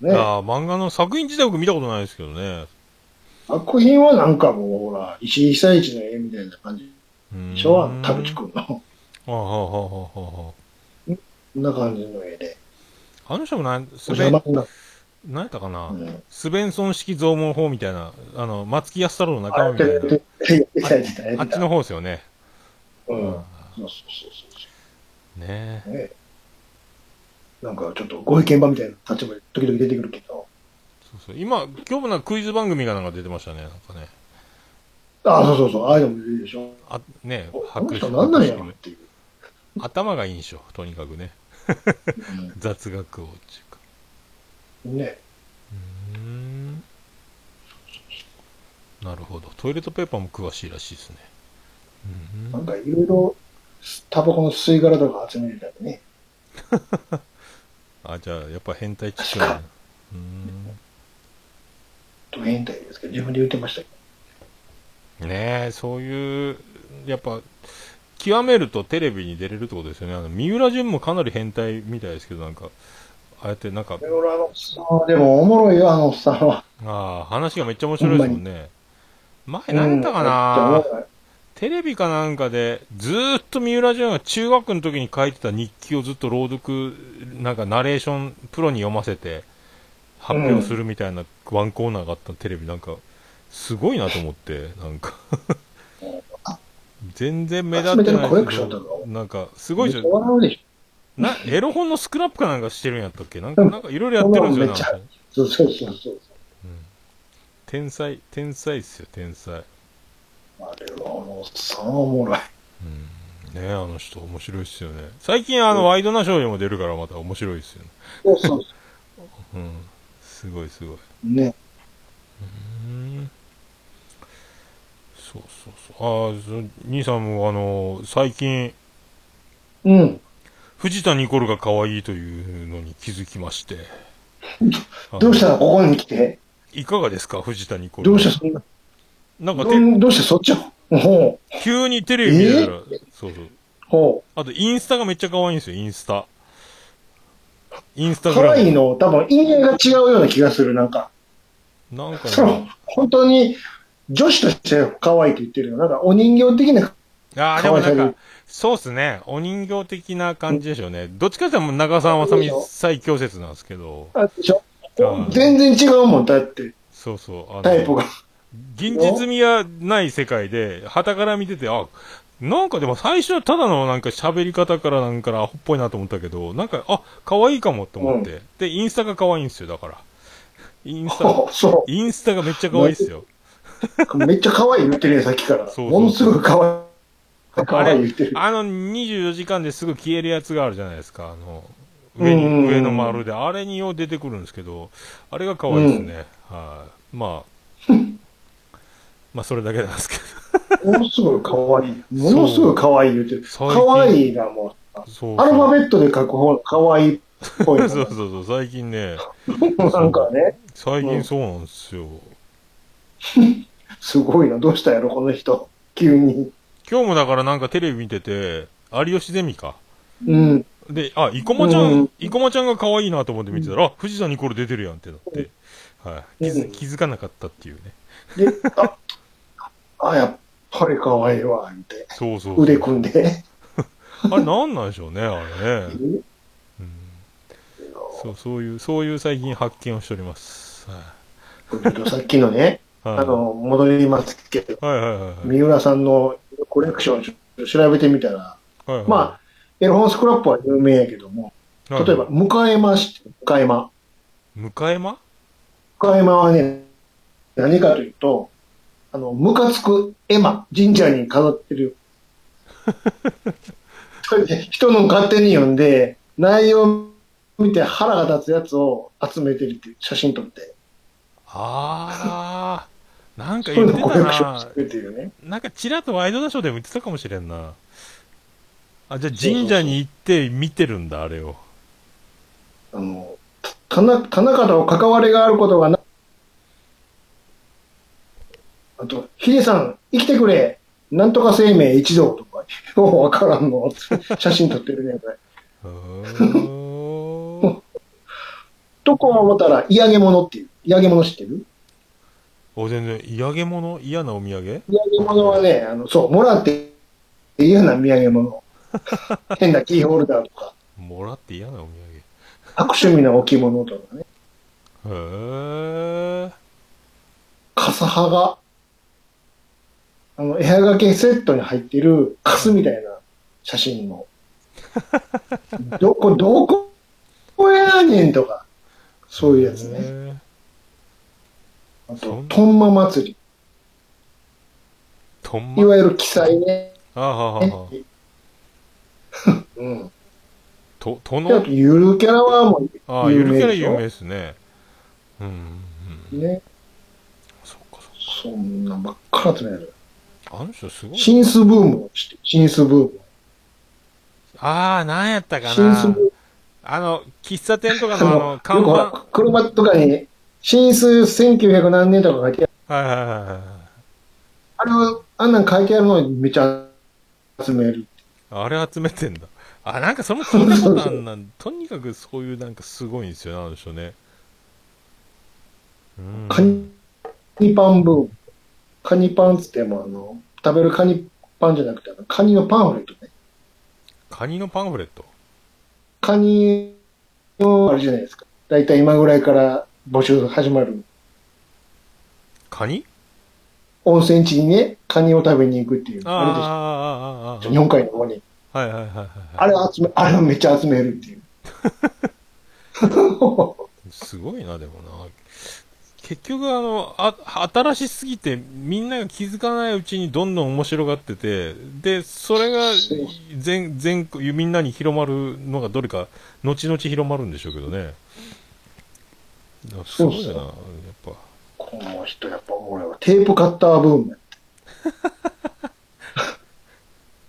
B: ね。
A: ああ漫画の作品自体僕見たことないですけどね
B: 作品はなんかもうほら、石井久一の絵みたいな感じ
A: うん
B: 昭和の田口くんの、
A: あはあはあはあは
B: こんな感じの絵で、
A: あ。あの人もなん、ス
B: お
A: ベ
B: 邪
A: ン、
B: 魔になっ
A: 何やったかな、
B: たね。
A: スベンソン式増毛法みたいな、あの、松木安太郎の
B: あ
A: 仲間
B: れ
A: みたい
B: で、
A: な、
B: で、で、で、で、で、
A: あっちの方ですよね。
B: うん。
A: うん
B: そうそうそうそう。
A: ねえ。
B: ね、なんかちょっとご意見場みたいな立場で時々出てくるけど、
A: そうそう今、今日もなんかクイズ番組がなんか出てましたね、なんかね。
B: ああ、そうそうそう、ああいうのもいいでしょ。
A: あねえ
B: こ、
A: 白
B: の
A: 紙
B: 人なんなんやろ
A: 白
B: っ
A: 紙
B: ていう。
A: 頭がいいんでしょ、とにかくね。雑学をっていうか。
B: うんね。
A: うーん。なるほど。トイレットペーパーも詳しいらしいですね。う
B: なんんかいろいろ、タバコの吸い殻とか集めてたりね。
A: あ、じゃあ、やっぱ変態チックな。うーん
B: ド変態ですけど、自分で言ってましたけ
A: ねえ、そういう、やっぱ、極めるとテレビに出れるってことですよね。あの、三浦淳もかなり変態みたいですけど、なんか、ああやってなんか、
B: ど。俺あのおっさんはでもおもろいよ、あのおっさんは。
A: ああ、話がめっちゃ面白いですもんね。前、何やったか
B: うんめ
A: な
B: っちゃおもろい
A: テレビかなんかで、ずーっと三浦淳が中学の時に書いてた日記をずっと朗読、なんかナレーション、プロに読ませて、発表するみたいなワンコーナーがあったテレビ、なんか、すごいなと思って、なんか
B: あ。
A: 全然目立って
B: 集め
A: な
B: てる
A: い
B: コレクションとかを
A: なんか、すごい
B: め
A: じゃん
B: っちゃ。笑うでし
A: な、エロ本のスクラップかなんかしてるんやったっけなんか、なんかいろいろやってるんですよ、
B: めっ
A: なん
B: ちゃ
A: か。
B: ょ。そうそうそうそう。
A: うん天才、天才っすよ、天才。
B: あれはあのおっさんはお もろい。
A: うんねえ、あの人、面白いっすよね。最近、あの、ワイドナショーにも出るから、また面白いっすよね。
B: そうそうそ
A: うん。すごい、すごい。
B: う。ね。
A: うん。そうそうそう。ああ、そ兄さんも、あの、最近、
B: うん。
A: 藤田ニコルが可愛いというのに気づきまして。
B: どうしたらここに来て
A: いかがですか、藤田ニコル。
B: どうしてそんな、
A: なんか
B: ど
A: て、
B: んどうしてそっちをほう。
A: 急にテレビ見てたら、そうそう。
B: ほう。
A: あと、インスタがめっちゃ可愛いんですよ、インスタ。インスタグ
B: 可
A: ラム。
B: 愛いの、多分意味合いが違うような気がする、なんか。
A: なんか
B: その
A: ね、
B: 本当に、女子として可愛いって言ってるよ。なんか、お人形的な、
A: ああ、でもな
B: 可愛
A: ん
B: さ
A: か
B: に、
A: そうっすね。お人形的な感じでしょうね。どっちかというと、長澤まさみ最強説なんですけど。
B: あでしょ
A: うん
B: 全然違うもん、だって、
A: そうそう。あ
B: タイプが。
A: 現実味がない世界で、旗から見てて、あ、なんかでも最初はただのなんか喋り方からなんからアホっぽいなと思ったけど、なんか、あ、可愛いかもと思って。で、インスタが可愛いんですよ、だから。インスタ、
B: そ
A: インスタがめっちゃ可愛いっすよ。
B: う。めっちゃ可愛い言ってるよ、さっきから。
A: そうそう
B: ものすごい可愛い。可
A: あ
B: 愛い
A: れ
B: 言ってる。
A: あの24時間ですぐ消えるやつがあるじゃないですか。あの、上に、
B: うんうんうん
A: 上の丸で、あれによう出てくるんですけど、あれが可愛いですね。はい。まあ、 まあそれだけなんですけ
B: ものすごい可愛い。ものすごい可愛い言ってる。
A: そう
B: 可愛いがもう、
A: ど。そうそう
B: アルファベットで書く方の可愛いっぽいの。
A: そうそうそう、最近ね、
B: なんかね、
A: 最近そうなんですよ。
B: すごいな。どうしたやろ、この人。急に。
A: 今日もだからなんかテレビ見てて、有吉ゼミか。
B: うん。
A: で、あ、生駒ちゃん、
B: うん
A: 生駒ちゃんが可愛いなと思って見てたら、あ、藤田ニコル出てるやんってなって、はい、気づ
B: うん
A: 気づかなかったっていうね。
B: で、あ、あ、やっぱり可愛いわ、みたいな。
A: そうそうそう
B: 腕組んで。
A: あれなんなんでしょうね、あれね。うんそう、そういう、そういう最近発見をしております。はい。
B: さっきのね、
A: はい
B: あの、戻りますけど、
A: はいはいはいはい。
B: 三浦さんのコレクションを調べてみたら、
A: はいはい
B: まあ、エロ本スクラップは有名やけども、
A: はい
B: 例えば、迎え間して、迎え間。
A: 迎え間
B: 迎え間はね、何かというと、あの、ムカつく絵馬、神社に飾ってる。それで人の勝手に読んで、内容見て腹が立つやつを集めてるっていう写真撮って、
A: ああ、なん
B: そ
A: か
B: う
A: 言
B: いう
A: って
B: のコレ
A: た
B: クションし
A: な
B: て。るっていうね。
A: なんかちらっとワイドナショーでも言ってたかもしれんな。あ、じゃあ神社に行って見てるんだ、あれを。
B: あの、田中田中と関わりがあることがな、あと、ヒデさん、生きてくれなんとか生命一同とか、ようわからんの写真撮ってるね、これ。
A: うー ん
B: とこ思ったら、嫌げ物っていう。嫌げ物知ってる
A: お、全然、嫌げ物嫌なお土産
B: 嫌げ物はね、あの、そう、もらってっていうような土産物。変なキーホルダーとか、
A: もらって嫌なお土産。へ
B: 悪趣味な置物とかね。
A: え。
B: 傘派が、あの、絵はがきセットに入ってるカスみたいな写真の。どこ、どこ、ここやねんとか、そういうやつね。
A: ね。
B: あ
A: そ
B: と
A: ん、な
B: トンマ祭
A: とん
B: り。い
A: ま。
B: わゆる記載ね。
A: あははは。
B: うん。
A: と、と
B: であ
A: の
B: と、、ゆるキャラはも
A: ああ、ゆるキャラ有名
B: 有名
A: ですね。うんうんう。
B: うんね、
A: そっかそっ
B: そんなんばっか集める。
A: か。あの人すごい。
B: シンスブームをして、シンスブーム。
A: ああ、なんやったか
B: シン
A: な。
B: スブ
A: あの、喫茶店とか
B: ーム。
A: のあ
B: よ
A: の、
B: く
A: 看板。
B: ほら
A: は、
B: 車とかに、シンス1900何年とか書いてある。
A: いはいはいはい。
B: あれを、あんなん書いてあるのにめっちゃ集める。
A: あれ集めてんだ。あ、なんかその聞いたことあんな。とにかくそういうなんかすごいんですよね、あの人ね。うん。
B: カニ、カニパンブーム。カニパンっつっても、あの、食べるカニパンじゃなくて、あのカニのパンフレットね。
A: カニのパンフレット。
B: カニの、あれじゃないですか。だいたい今ぐらいから募集が始まる。
A: カニ
B: 温泉地にね、カニを食べに行くっていう。
A: ああ、あ
B: あ
A: あ、ああ、あ
B: れでしょ日本海の方に。
A: あ。はいはいはいはい。
B: あれ集め、あれをめっちゃ集めるっていう。
A: すごいな、でもな。結局、あの、あ、新しすぎて、みんなが気づかないうちにどんどん面白がってて、で、それが
B: そう、
A: 全、全国、みんなに広まるのがどれか、後々広まるんでしょうけどね。だからすごいな、
B: そうそう
A: やっぱ。
B: この人やっぱ俺はテープカッターブーム。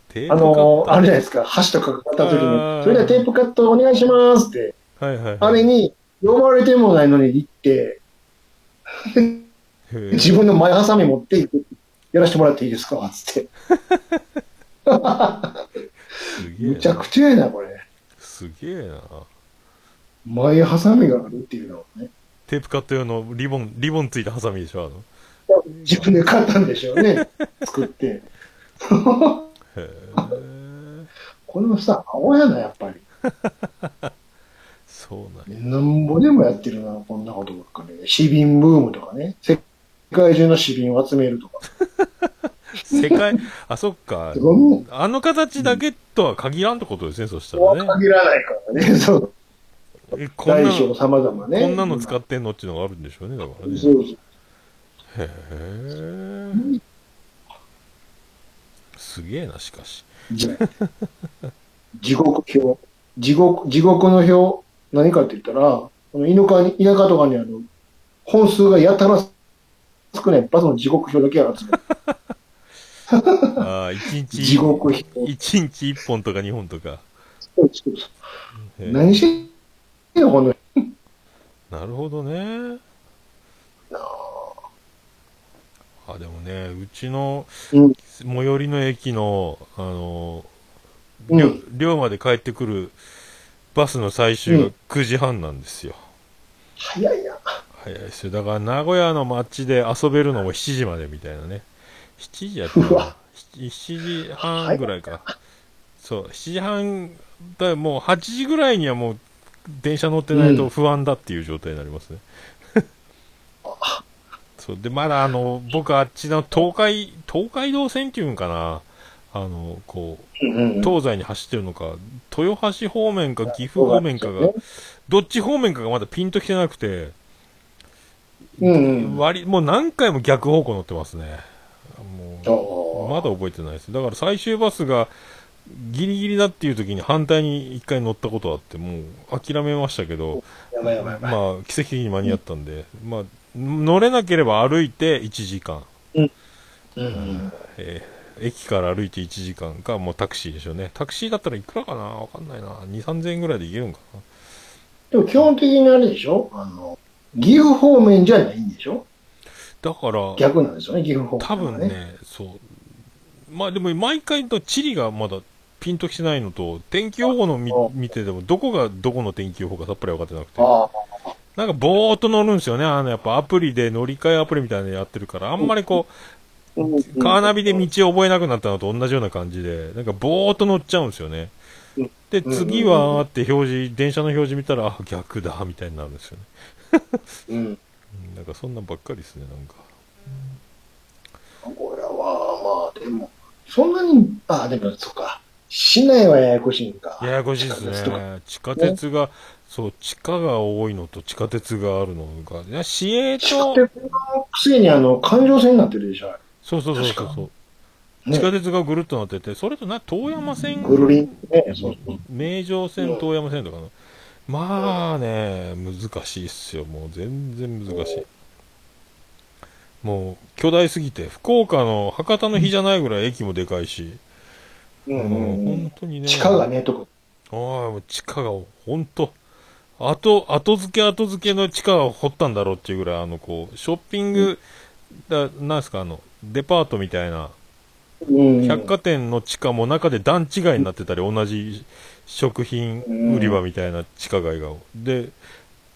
A: テープ
B: あ
A: カッ
B: の
A: タ
B: ー、あれじゃないですか、箸とか買った
A: あ
B: 時
A: ー
B: に、それではテープカットお願いしますって、
A: ーはいはいはい。
B: あれに、呼ばれてもないのに行って、
A: へー
B: 自分の前ハサミ持っていく。やらせてもらっていいですかつって。
A: すげえ
B: むちゃ
A: な。
B: くちゃやな、これ。
A: すげえな。
B: 前ハサミがあるっていうのはね。
A: テープカット用のリボン、リボンついたハサミでしょ、あの。
B: 自分で買ったんでしょうね。作って。
A: へえ。
B: これもさ、青やな、やっぱり。
A: そうなんや
B: なんぼでもやってるな、こんなことばっかりね。市民ブームとかね。世界中の市民を集めるとか。
A: 世 界、あ、そっか
B: そ。ん
A: あの形だけとは限らんってことですね、そした
B: なは
A: らね。
B: 限らないからね。そう。
A: えこん
B: 大
A: な
B: 小
A: の、
B: 様々ね。
A: こんなの使ってんのっていうのがあるんでしょうね、だからね。
B: そうそう。
A: へえ。すげえな、しかし。
B: じ地獄表。地獄、地獄の表。何かって言ったら、あの田舎に、田舎とかにあの、本数がやたら少ないバスの地獄表だけが集める。
A: ああ、一日、
B: 地獄表。
A: 一日一本とか二本とか。
B: そうそうそう
A: へえ
B: 何してんのこの人
A: なるほどね。あ、でもね、うちの、
B: うん
A: 最寄りの駅の、あの、
B: うん
A: りょ寮まで帰ってくるバスの最終
B: う
A: が
B: ん
A: 9時半なんですよ。
B: 早いな。
A: 早いですよ。だから名古屋の街で遊べるのも7時までみたいなね。7時やった
B: う
A: ら
B: わ、
A: 7, 7時半ぐらいか。そう、7時半、だからもう8時ぐらいにはもう電車乗ってないと不安だっていう状態になり ますね。そう、で、まだあの、僕あっちの東海、東海道線っていうんかな。あの、こう、
B: うんうん
A: 東西に走ってるのか、豊橋方面か岐阜方面かが、どっち方面かがまだピンときてなくて、
B: うんうん。
A: 割りもう何回も逆方向乗ってますね。もう、
B: あ
A: まだ覚えてないです。だから最終バスがギリギリだっていう時に反対に一回乗ったことあって、もう諦めましたけど、
B: あ、やばいやばいやばい。
A: まあ、奇跡的に間に合ったんで、まあ、乗れなければ歩いて1時間。
B: うんうん
A: えー駅から歩いて1時間か、もうタクシーでしょうね。タクシーだったらいくらかなわかんないな。2、3000円ぐらいで行けるんかな
B: でも基本的にあれでしょあの、岐阜方面じゃないんでしょ
A: だから、
B: 逆なんですよね、岐阜方面
A: 多
B: は、
A: 分ね、そう。まあでも毎回の地理がまだピンときてないのと、天気予報のみ
B: あ
A: 見てても、どこがどこの天気予報かさっぱり分かってなくて。
B: ああ、
A: なんかぼーっと乗るんですよね。あのやっぱアプリで乗り換えアプリみたいなのやってるから、あんまりこ
C: う
A: う、
C: んうん
A: カーナビで道を覚えなくなったのと同じような感じで、なんかぼーっと乗っちゃうんですよね
C: うん。
A: で、次はーって表示、電車の表示見たら、あ、逆だ、みたいになるんですよね。
C: うん。
A: うんなんかそんなんばっかりですね、なんか。
B: 名古屋は、まあでも、そんなに、あ、でも、そっか。市内はややこしいんか。
A: ややこしいです
B: 地下鉄とか
A: ね。地下鉄が、そう、地下が多いのと地下鉄があるのが、いや市営
B: 地下
A: と、
B: 鉄のくせに、あの、環状線になってるでしょ。
A: そうそうそうそう
B: 確
A: そう。
B: ね
A: 地下鉄がぐるっとなってて、それとな、遠山線
B: ぐるりん。ね、そうそう。
A: 名城線、遠山線とかの。まあね、難しいっすよ。もう全然難しい。もう、巨大すぎて、福岡の博多の日じゃないぐらい駅もでかいし、
B: う
A: も
B: ん
A: う
B: うんうん
A: 本。当にね。
B: 地下がね、とか。
A: ああ、もう地下が本当、後、後付け後付けの地下を掘ったんだろうっていうぐらい、あの、こう、ショッピング、だなんすか、あの、デパートみたいな、
B: うん。
A: 百貨店の地下も中で段違いになってたり、同じ食品売り場みたいな地下街が。で、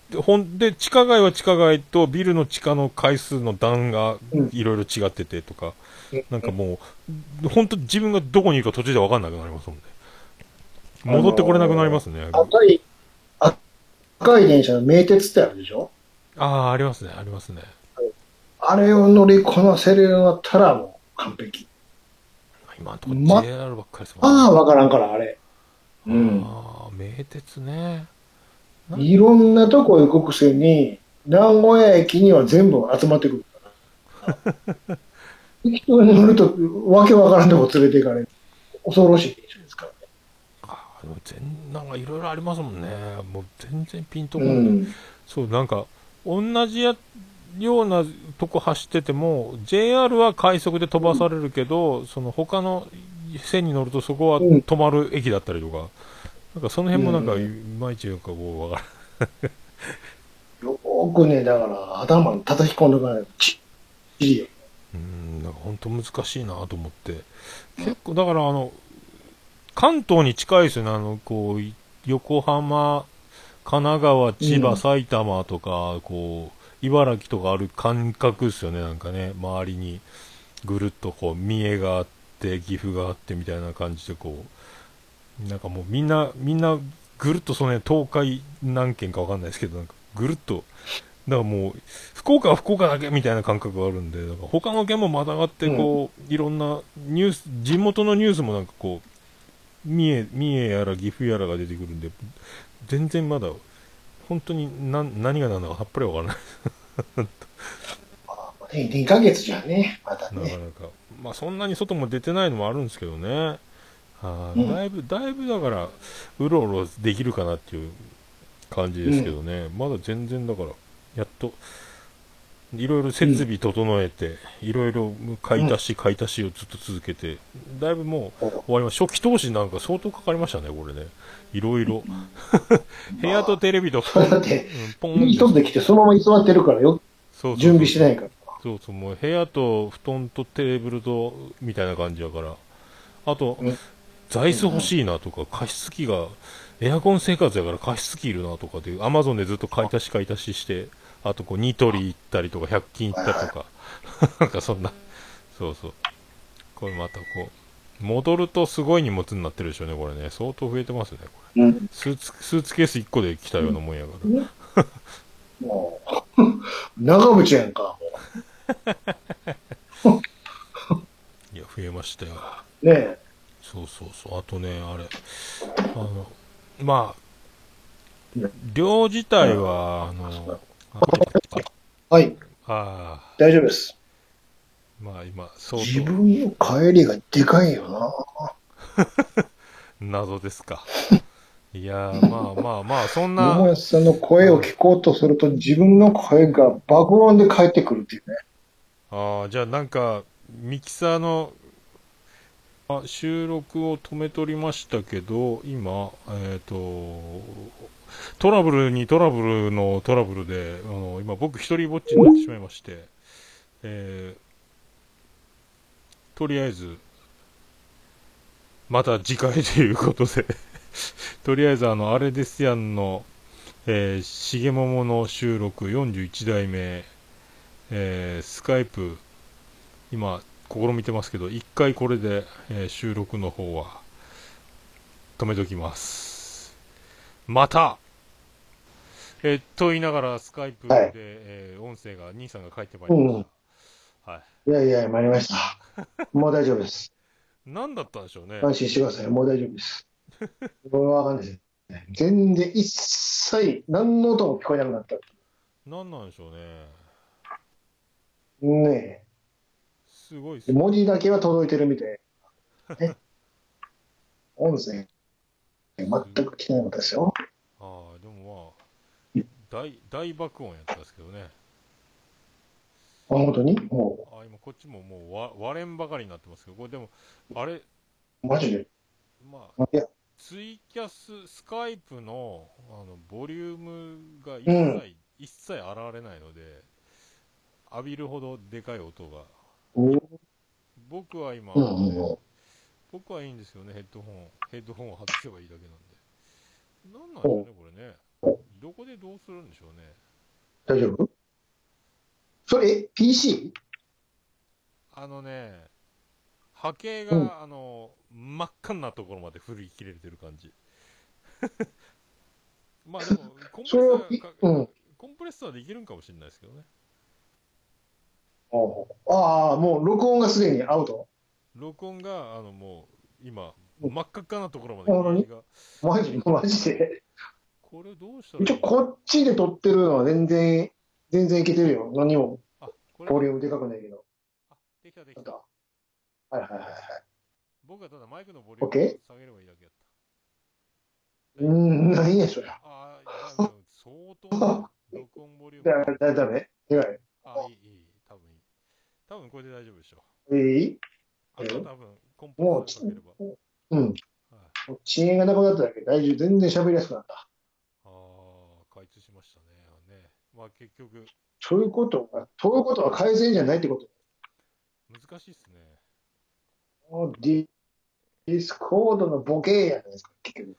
A: でほんで、地下街は地下街と、ビルの地下の回数の段が
B: うん
A: いろいろ違っててとか、
B: うん
A: なんかもう、本当自分がどこにいるか途中で分かんなくなりますもんね。戻ってこれなくなりますね。
B: 赤い、あ赤い電車の名鉄ってあるでしょ
A: ああ、ありますね、ありますね。
B: あれを乗りこなせるようになったらもう完璧。
A: 今のとこ
B: ま
A: JR ばっかりですもんね。
B: ああ、わからんから、あれ。うん。
A: ああ、名鉄ね。
B: いろんなとこ行くくせに、名古屋駅には全部集まってくるから。適当に乗ると、わけわからんとこ連れて行かれる。恐ろしい電車ですからね。
A: ああ、でも全、なんかいろいろありますもんね。もう全然ピンとこ
B: う
A: ない。
B: ん。
A: そう、なんか、同じや、ようなとこ走ってても、JR は快速で飛ばされるけど、その他の線に乗るとそこは
B: うん
A: 止まる駅だったりとか、なんかその辺もなんか、
B: うん
A: いまいちよくこう、わか
B: よくね、だから頭に叩き込んでおかないと、ちっちりよ。
A: らん。うん、なんか本当難しいなと思って。結構、だからあの、関東に近いですよね、あの、こう、い横浜、神奈川、千葉、
B: うん
A: 埼玉とか、こう、茨城とかある感覚ですよね、なんかね、周りに、ぐるっとこう、三重があって、岐阜があってみたいな感じで、こう、なんかもうみんな、みんな、ぐるっとその辺、東海何県かわかんないですけど、なんか、ぐるっと、だからもう、福岡は福岡だけみたいな感覚があるんで、なんか他の県もまたがって、こう、いろんなニュース、地元のニュースもなんかこう、三重三重やら岐阜やらが出てくるんで全然まだ本当に何何が何だかさっぱりわからない
B: まあ、2ヶ月じゃね、また
A: なかな
B: ね。
A: か、まあ、そんなに外も出てないのもあるんですけどねはい
B: うん
A: だいぶだいぶだからうろうろできるかなっていう感じですけどね、まだ全然だからやっといろいろ設備整えて、いろいろ買い足し買い足しをずっと続けてだいぶもう終わりました初期投資なんか相当かかりましたねこれねいろいろ 部屋とテレビと布団
B: だって、
A: うんポン
B: 一つで来てそのまま居座ってるからよ、
A: そうそう
B: 準備してないから。
A: そうそうもう部屋と布団とテーブルとみたいな感じやからあと、
B: うん
A: 座椅子欲しいなとか加湿器がエアコン生活やから加湿器いるなとかでアマゾンでずっと買い足し買い足ししてあとこうニトリ行ったりとか100均行ったりとか、 なんかそんなそうそうこれまたこう戻るとすごい荷物になってるでしょうねこれね相当増えてますねこれ
C: うん。
A: スーツスーツケース1個で来たようなもんやから、
B: もう、長渕やんか、も
A: いや増えましたよ
B: う。ね
A: そうそうそうあとねあれあのま
B: い
A: あ
B: や
A: 量自体はあの
B: はい、
A: ああ
B: 大丈夫です。
A: まあ今相
B: 自
A: 当
B: 分の帰りがでかいよな。
A: 謎ですかいやーまあまあまあそんな
B: 桃屋さんの声を聞こうとすると、自分の声が爆音で返ってくるっていうね。
A: ああ、じゃあなんか、ミキサーの、あ、収録を止めとりましたけど、今、えっ、と、トラブルにトラブルのトラブルで、あの、今僕一人ぼっちになってしまいまして、えー、とりあえず、また次回ということで、 とりあえずあの、アレデスヤンの、えー、しげももの収録41代目、えースカイプ、今、試みてますけど、一回これで、えー収録の方は止めときます。またえーと言いながら、スカイプで、
B: はい
A: えー音声が、兄さんが帰ってまいりました。はい。
B: いやいや、参りました。もう大丈夫です。
A: 何だったんでしょうね。
B: 安心してください。もう大丈夫です。これはわかんないです。全然一切何の音も聞こえなくなった。
A: 何なんでしょうね。
B: ね
A: すごいっす
B: え。文字だけは届いてるみたい。 ね、音声、全く聞けなかったですよ。
A: ああ、でもまあ、大、大爆音やったんですけどね。
B: あ、本当にも
A: あ今こっちももうわ割れんばかりになってますけど、これでも、あれ、
B: う、マジで。
A: まあ、
B: いや、
A: ツイキャス、スカイプの、あの、ボリュームが一切、
B: うん
A: 一切現れないので、浴びるほどでかい音が。
B: うん、
A: 僕は今、
B: うん、
A: 僕はいいんですよね、ヘッドホン。ヘッドホンを外せばいいだけなんで。なんなんでしょうね、これね。どこでどうするんでしょうね。
B: 大丈夫それ、え、PC?
A: あのね、波形が、
B: うん
A: あの、真っ赤なところまで振り切れてる感じ。 まあでも、コンプレッサ
B: それを
A: ーか、
B: うん
A: コンプレッサーでいけるんかもしれないですけどね。
B: ああ、もう録音がすでにアウト。
A: 録音が、あの、もう、今、
B: うん
A: 真っ赤っかなところま
B: ほんま
A: で
B: に
A: 形が。
B: マジで、マジで。
A: これどうした
B: 一応、
A: ら、
B: こっちで撮ってるのは全然、全然いけてるよ。何も、
A: あ、こ
B: ボリ
A: れ、
B: ュームでかくないけど。
A: あ、できたで
B: な
A: き
B: ん
A: た。
B: か。はいはいはいはい。
A: 僕はただマイクのボリュー
B: OK？
A: ムを下げればいいだけやった。
B: うーん、何やそりゃ。
A: ああ、多分相当、録音ボリュ
B: だ
A: ーム。、
B: だ、だめえらい。
A: あ、いい、いい、多分いい。多分これで大丈夫でしょう。
B: えい
A: あ
B: え
A: と
B: え
A: 多分、コンポートかければ。
B: うん。
A: はい、
B: 遅延がなくなっただけで、大丈夫。全然喋りやすくなった。
A: ああ、開通しましたね。あねまあ結局、
B: そういうことは、そういうことは改善じゃないってこと。
A: 難しいっすね。
B: もうディディスコードのボケやないですか、結局。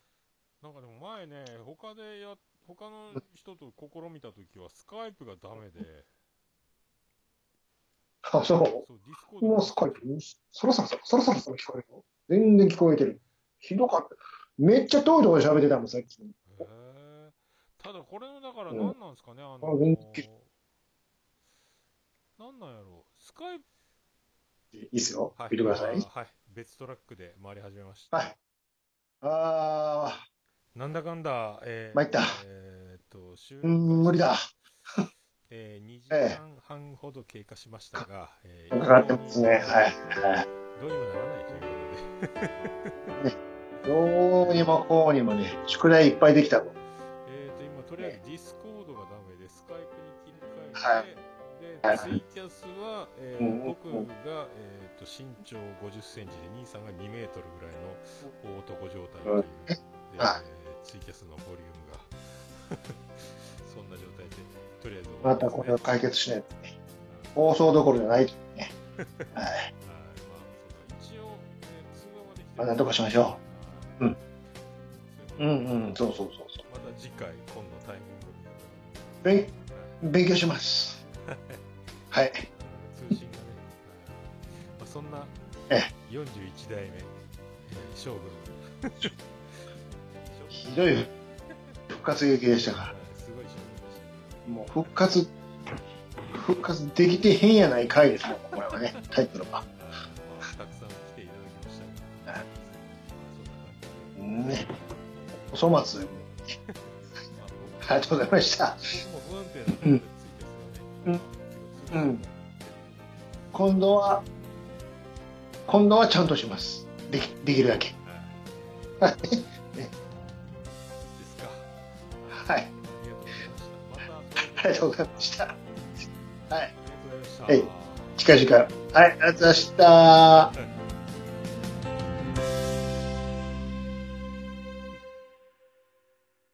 A: なんかでも前ね、他でや、他の人と試みたときは、スカイプがダメで、
B: あ、そ
A: そう、ディスコー
B: う。
A: ド
B: もうスカイプ、そろそろそろ、そろそろそろ聞こえるよ。全然聞こえてる。ひどかった。めっちゃ遠いところで喋ってたもん、さっき。
A: へえ。ただこれの、だから
B: うん
A: 何なんですかね、あの
B: あ全然
A: なんなんやろう。スカイプ、
B: いいですよ。
A: はい、
B: 見てください
A: あ。ーはい、別トラックで回り始めました。
B: はい。あ
A: なんだかんだ、えー、
B: 参った
A: えーっと、収
B: ー、うーん、無理だ。
A: えー、2時間半ほど経過しましたが、え
B: かかってますね。はい。はい。
A: どうにもならないということで、
B: どうにもこうにもね、宿題いっぱいできたの。
A: えー、と今、とりあえずディスコードがダメで、スカイプに切り
B: は
A: 替えて、
B: はい
A: でツイキャスは、えー
B: うん
A: 僕が、えー、と身長50センチで、兄さんが2メートルぐらいの大男状態という、えー
B: は
A: ツイキャスのボリュームが、 そんな状態で、とりあえず終わ
B: ま
A: りで
B: た
A: すね、
B: これを解決しないと
A: うん
B: 放送どころじゃない。はい。
A: はいまあ、そうだ一応、えー通話はできて
B: まあなんとかしましょううん
A: う
B: うんうん、
A: そ
B: そうう
A: いうこ
B: そうそうそ
A: とでまた次回、今度タイミングに、
B: う。勉
A: は
B: 勉強します。はい。
A: い、通 信がね、はいまあ、そんな
B: え
A: 41代目、えー勝負の
B: ひどい復活劇でしたか
A: はいすごい勝負でした
B: ら。もう復活、復活できてへんやないかいですもん、これはね、タイトルは。
A: はいまあ、たくさん来ていただきましたが、
B: は
A: まあそんな感じで
B: ね。お粗末。
A: まあ僕も
B: ありがとうございました。
A: 僕も不安定なところでツイキャスがね、まあ
B: うん今度は、今度はちゃんとします。でき、できるだけ。
A: はい。ですか。
B: はい。
A: ありがとうございました。また。
B: ありがとうございまし。た。はい。
A: ありがとうございました。
B: はい近々。はい、ありがとうございました。
A: はい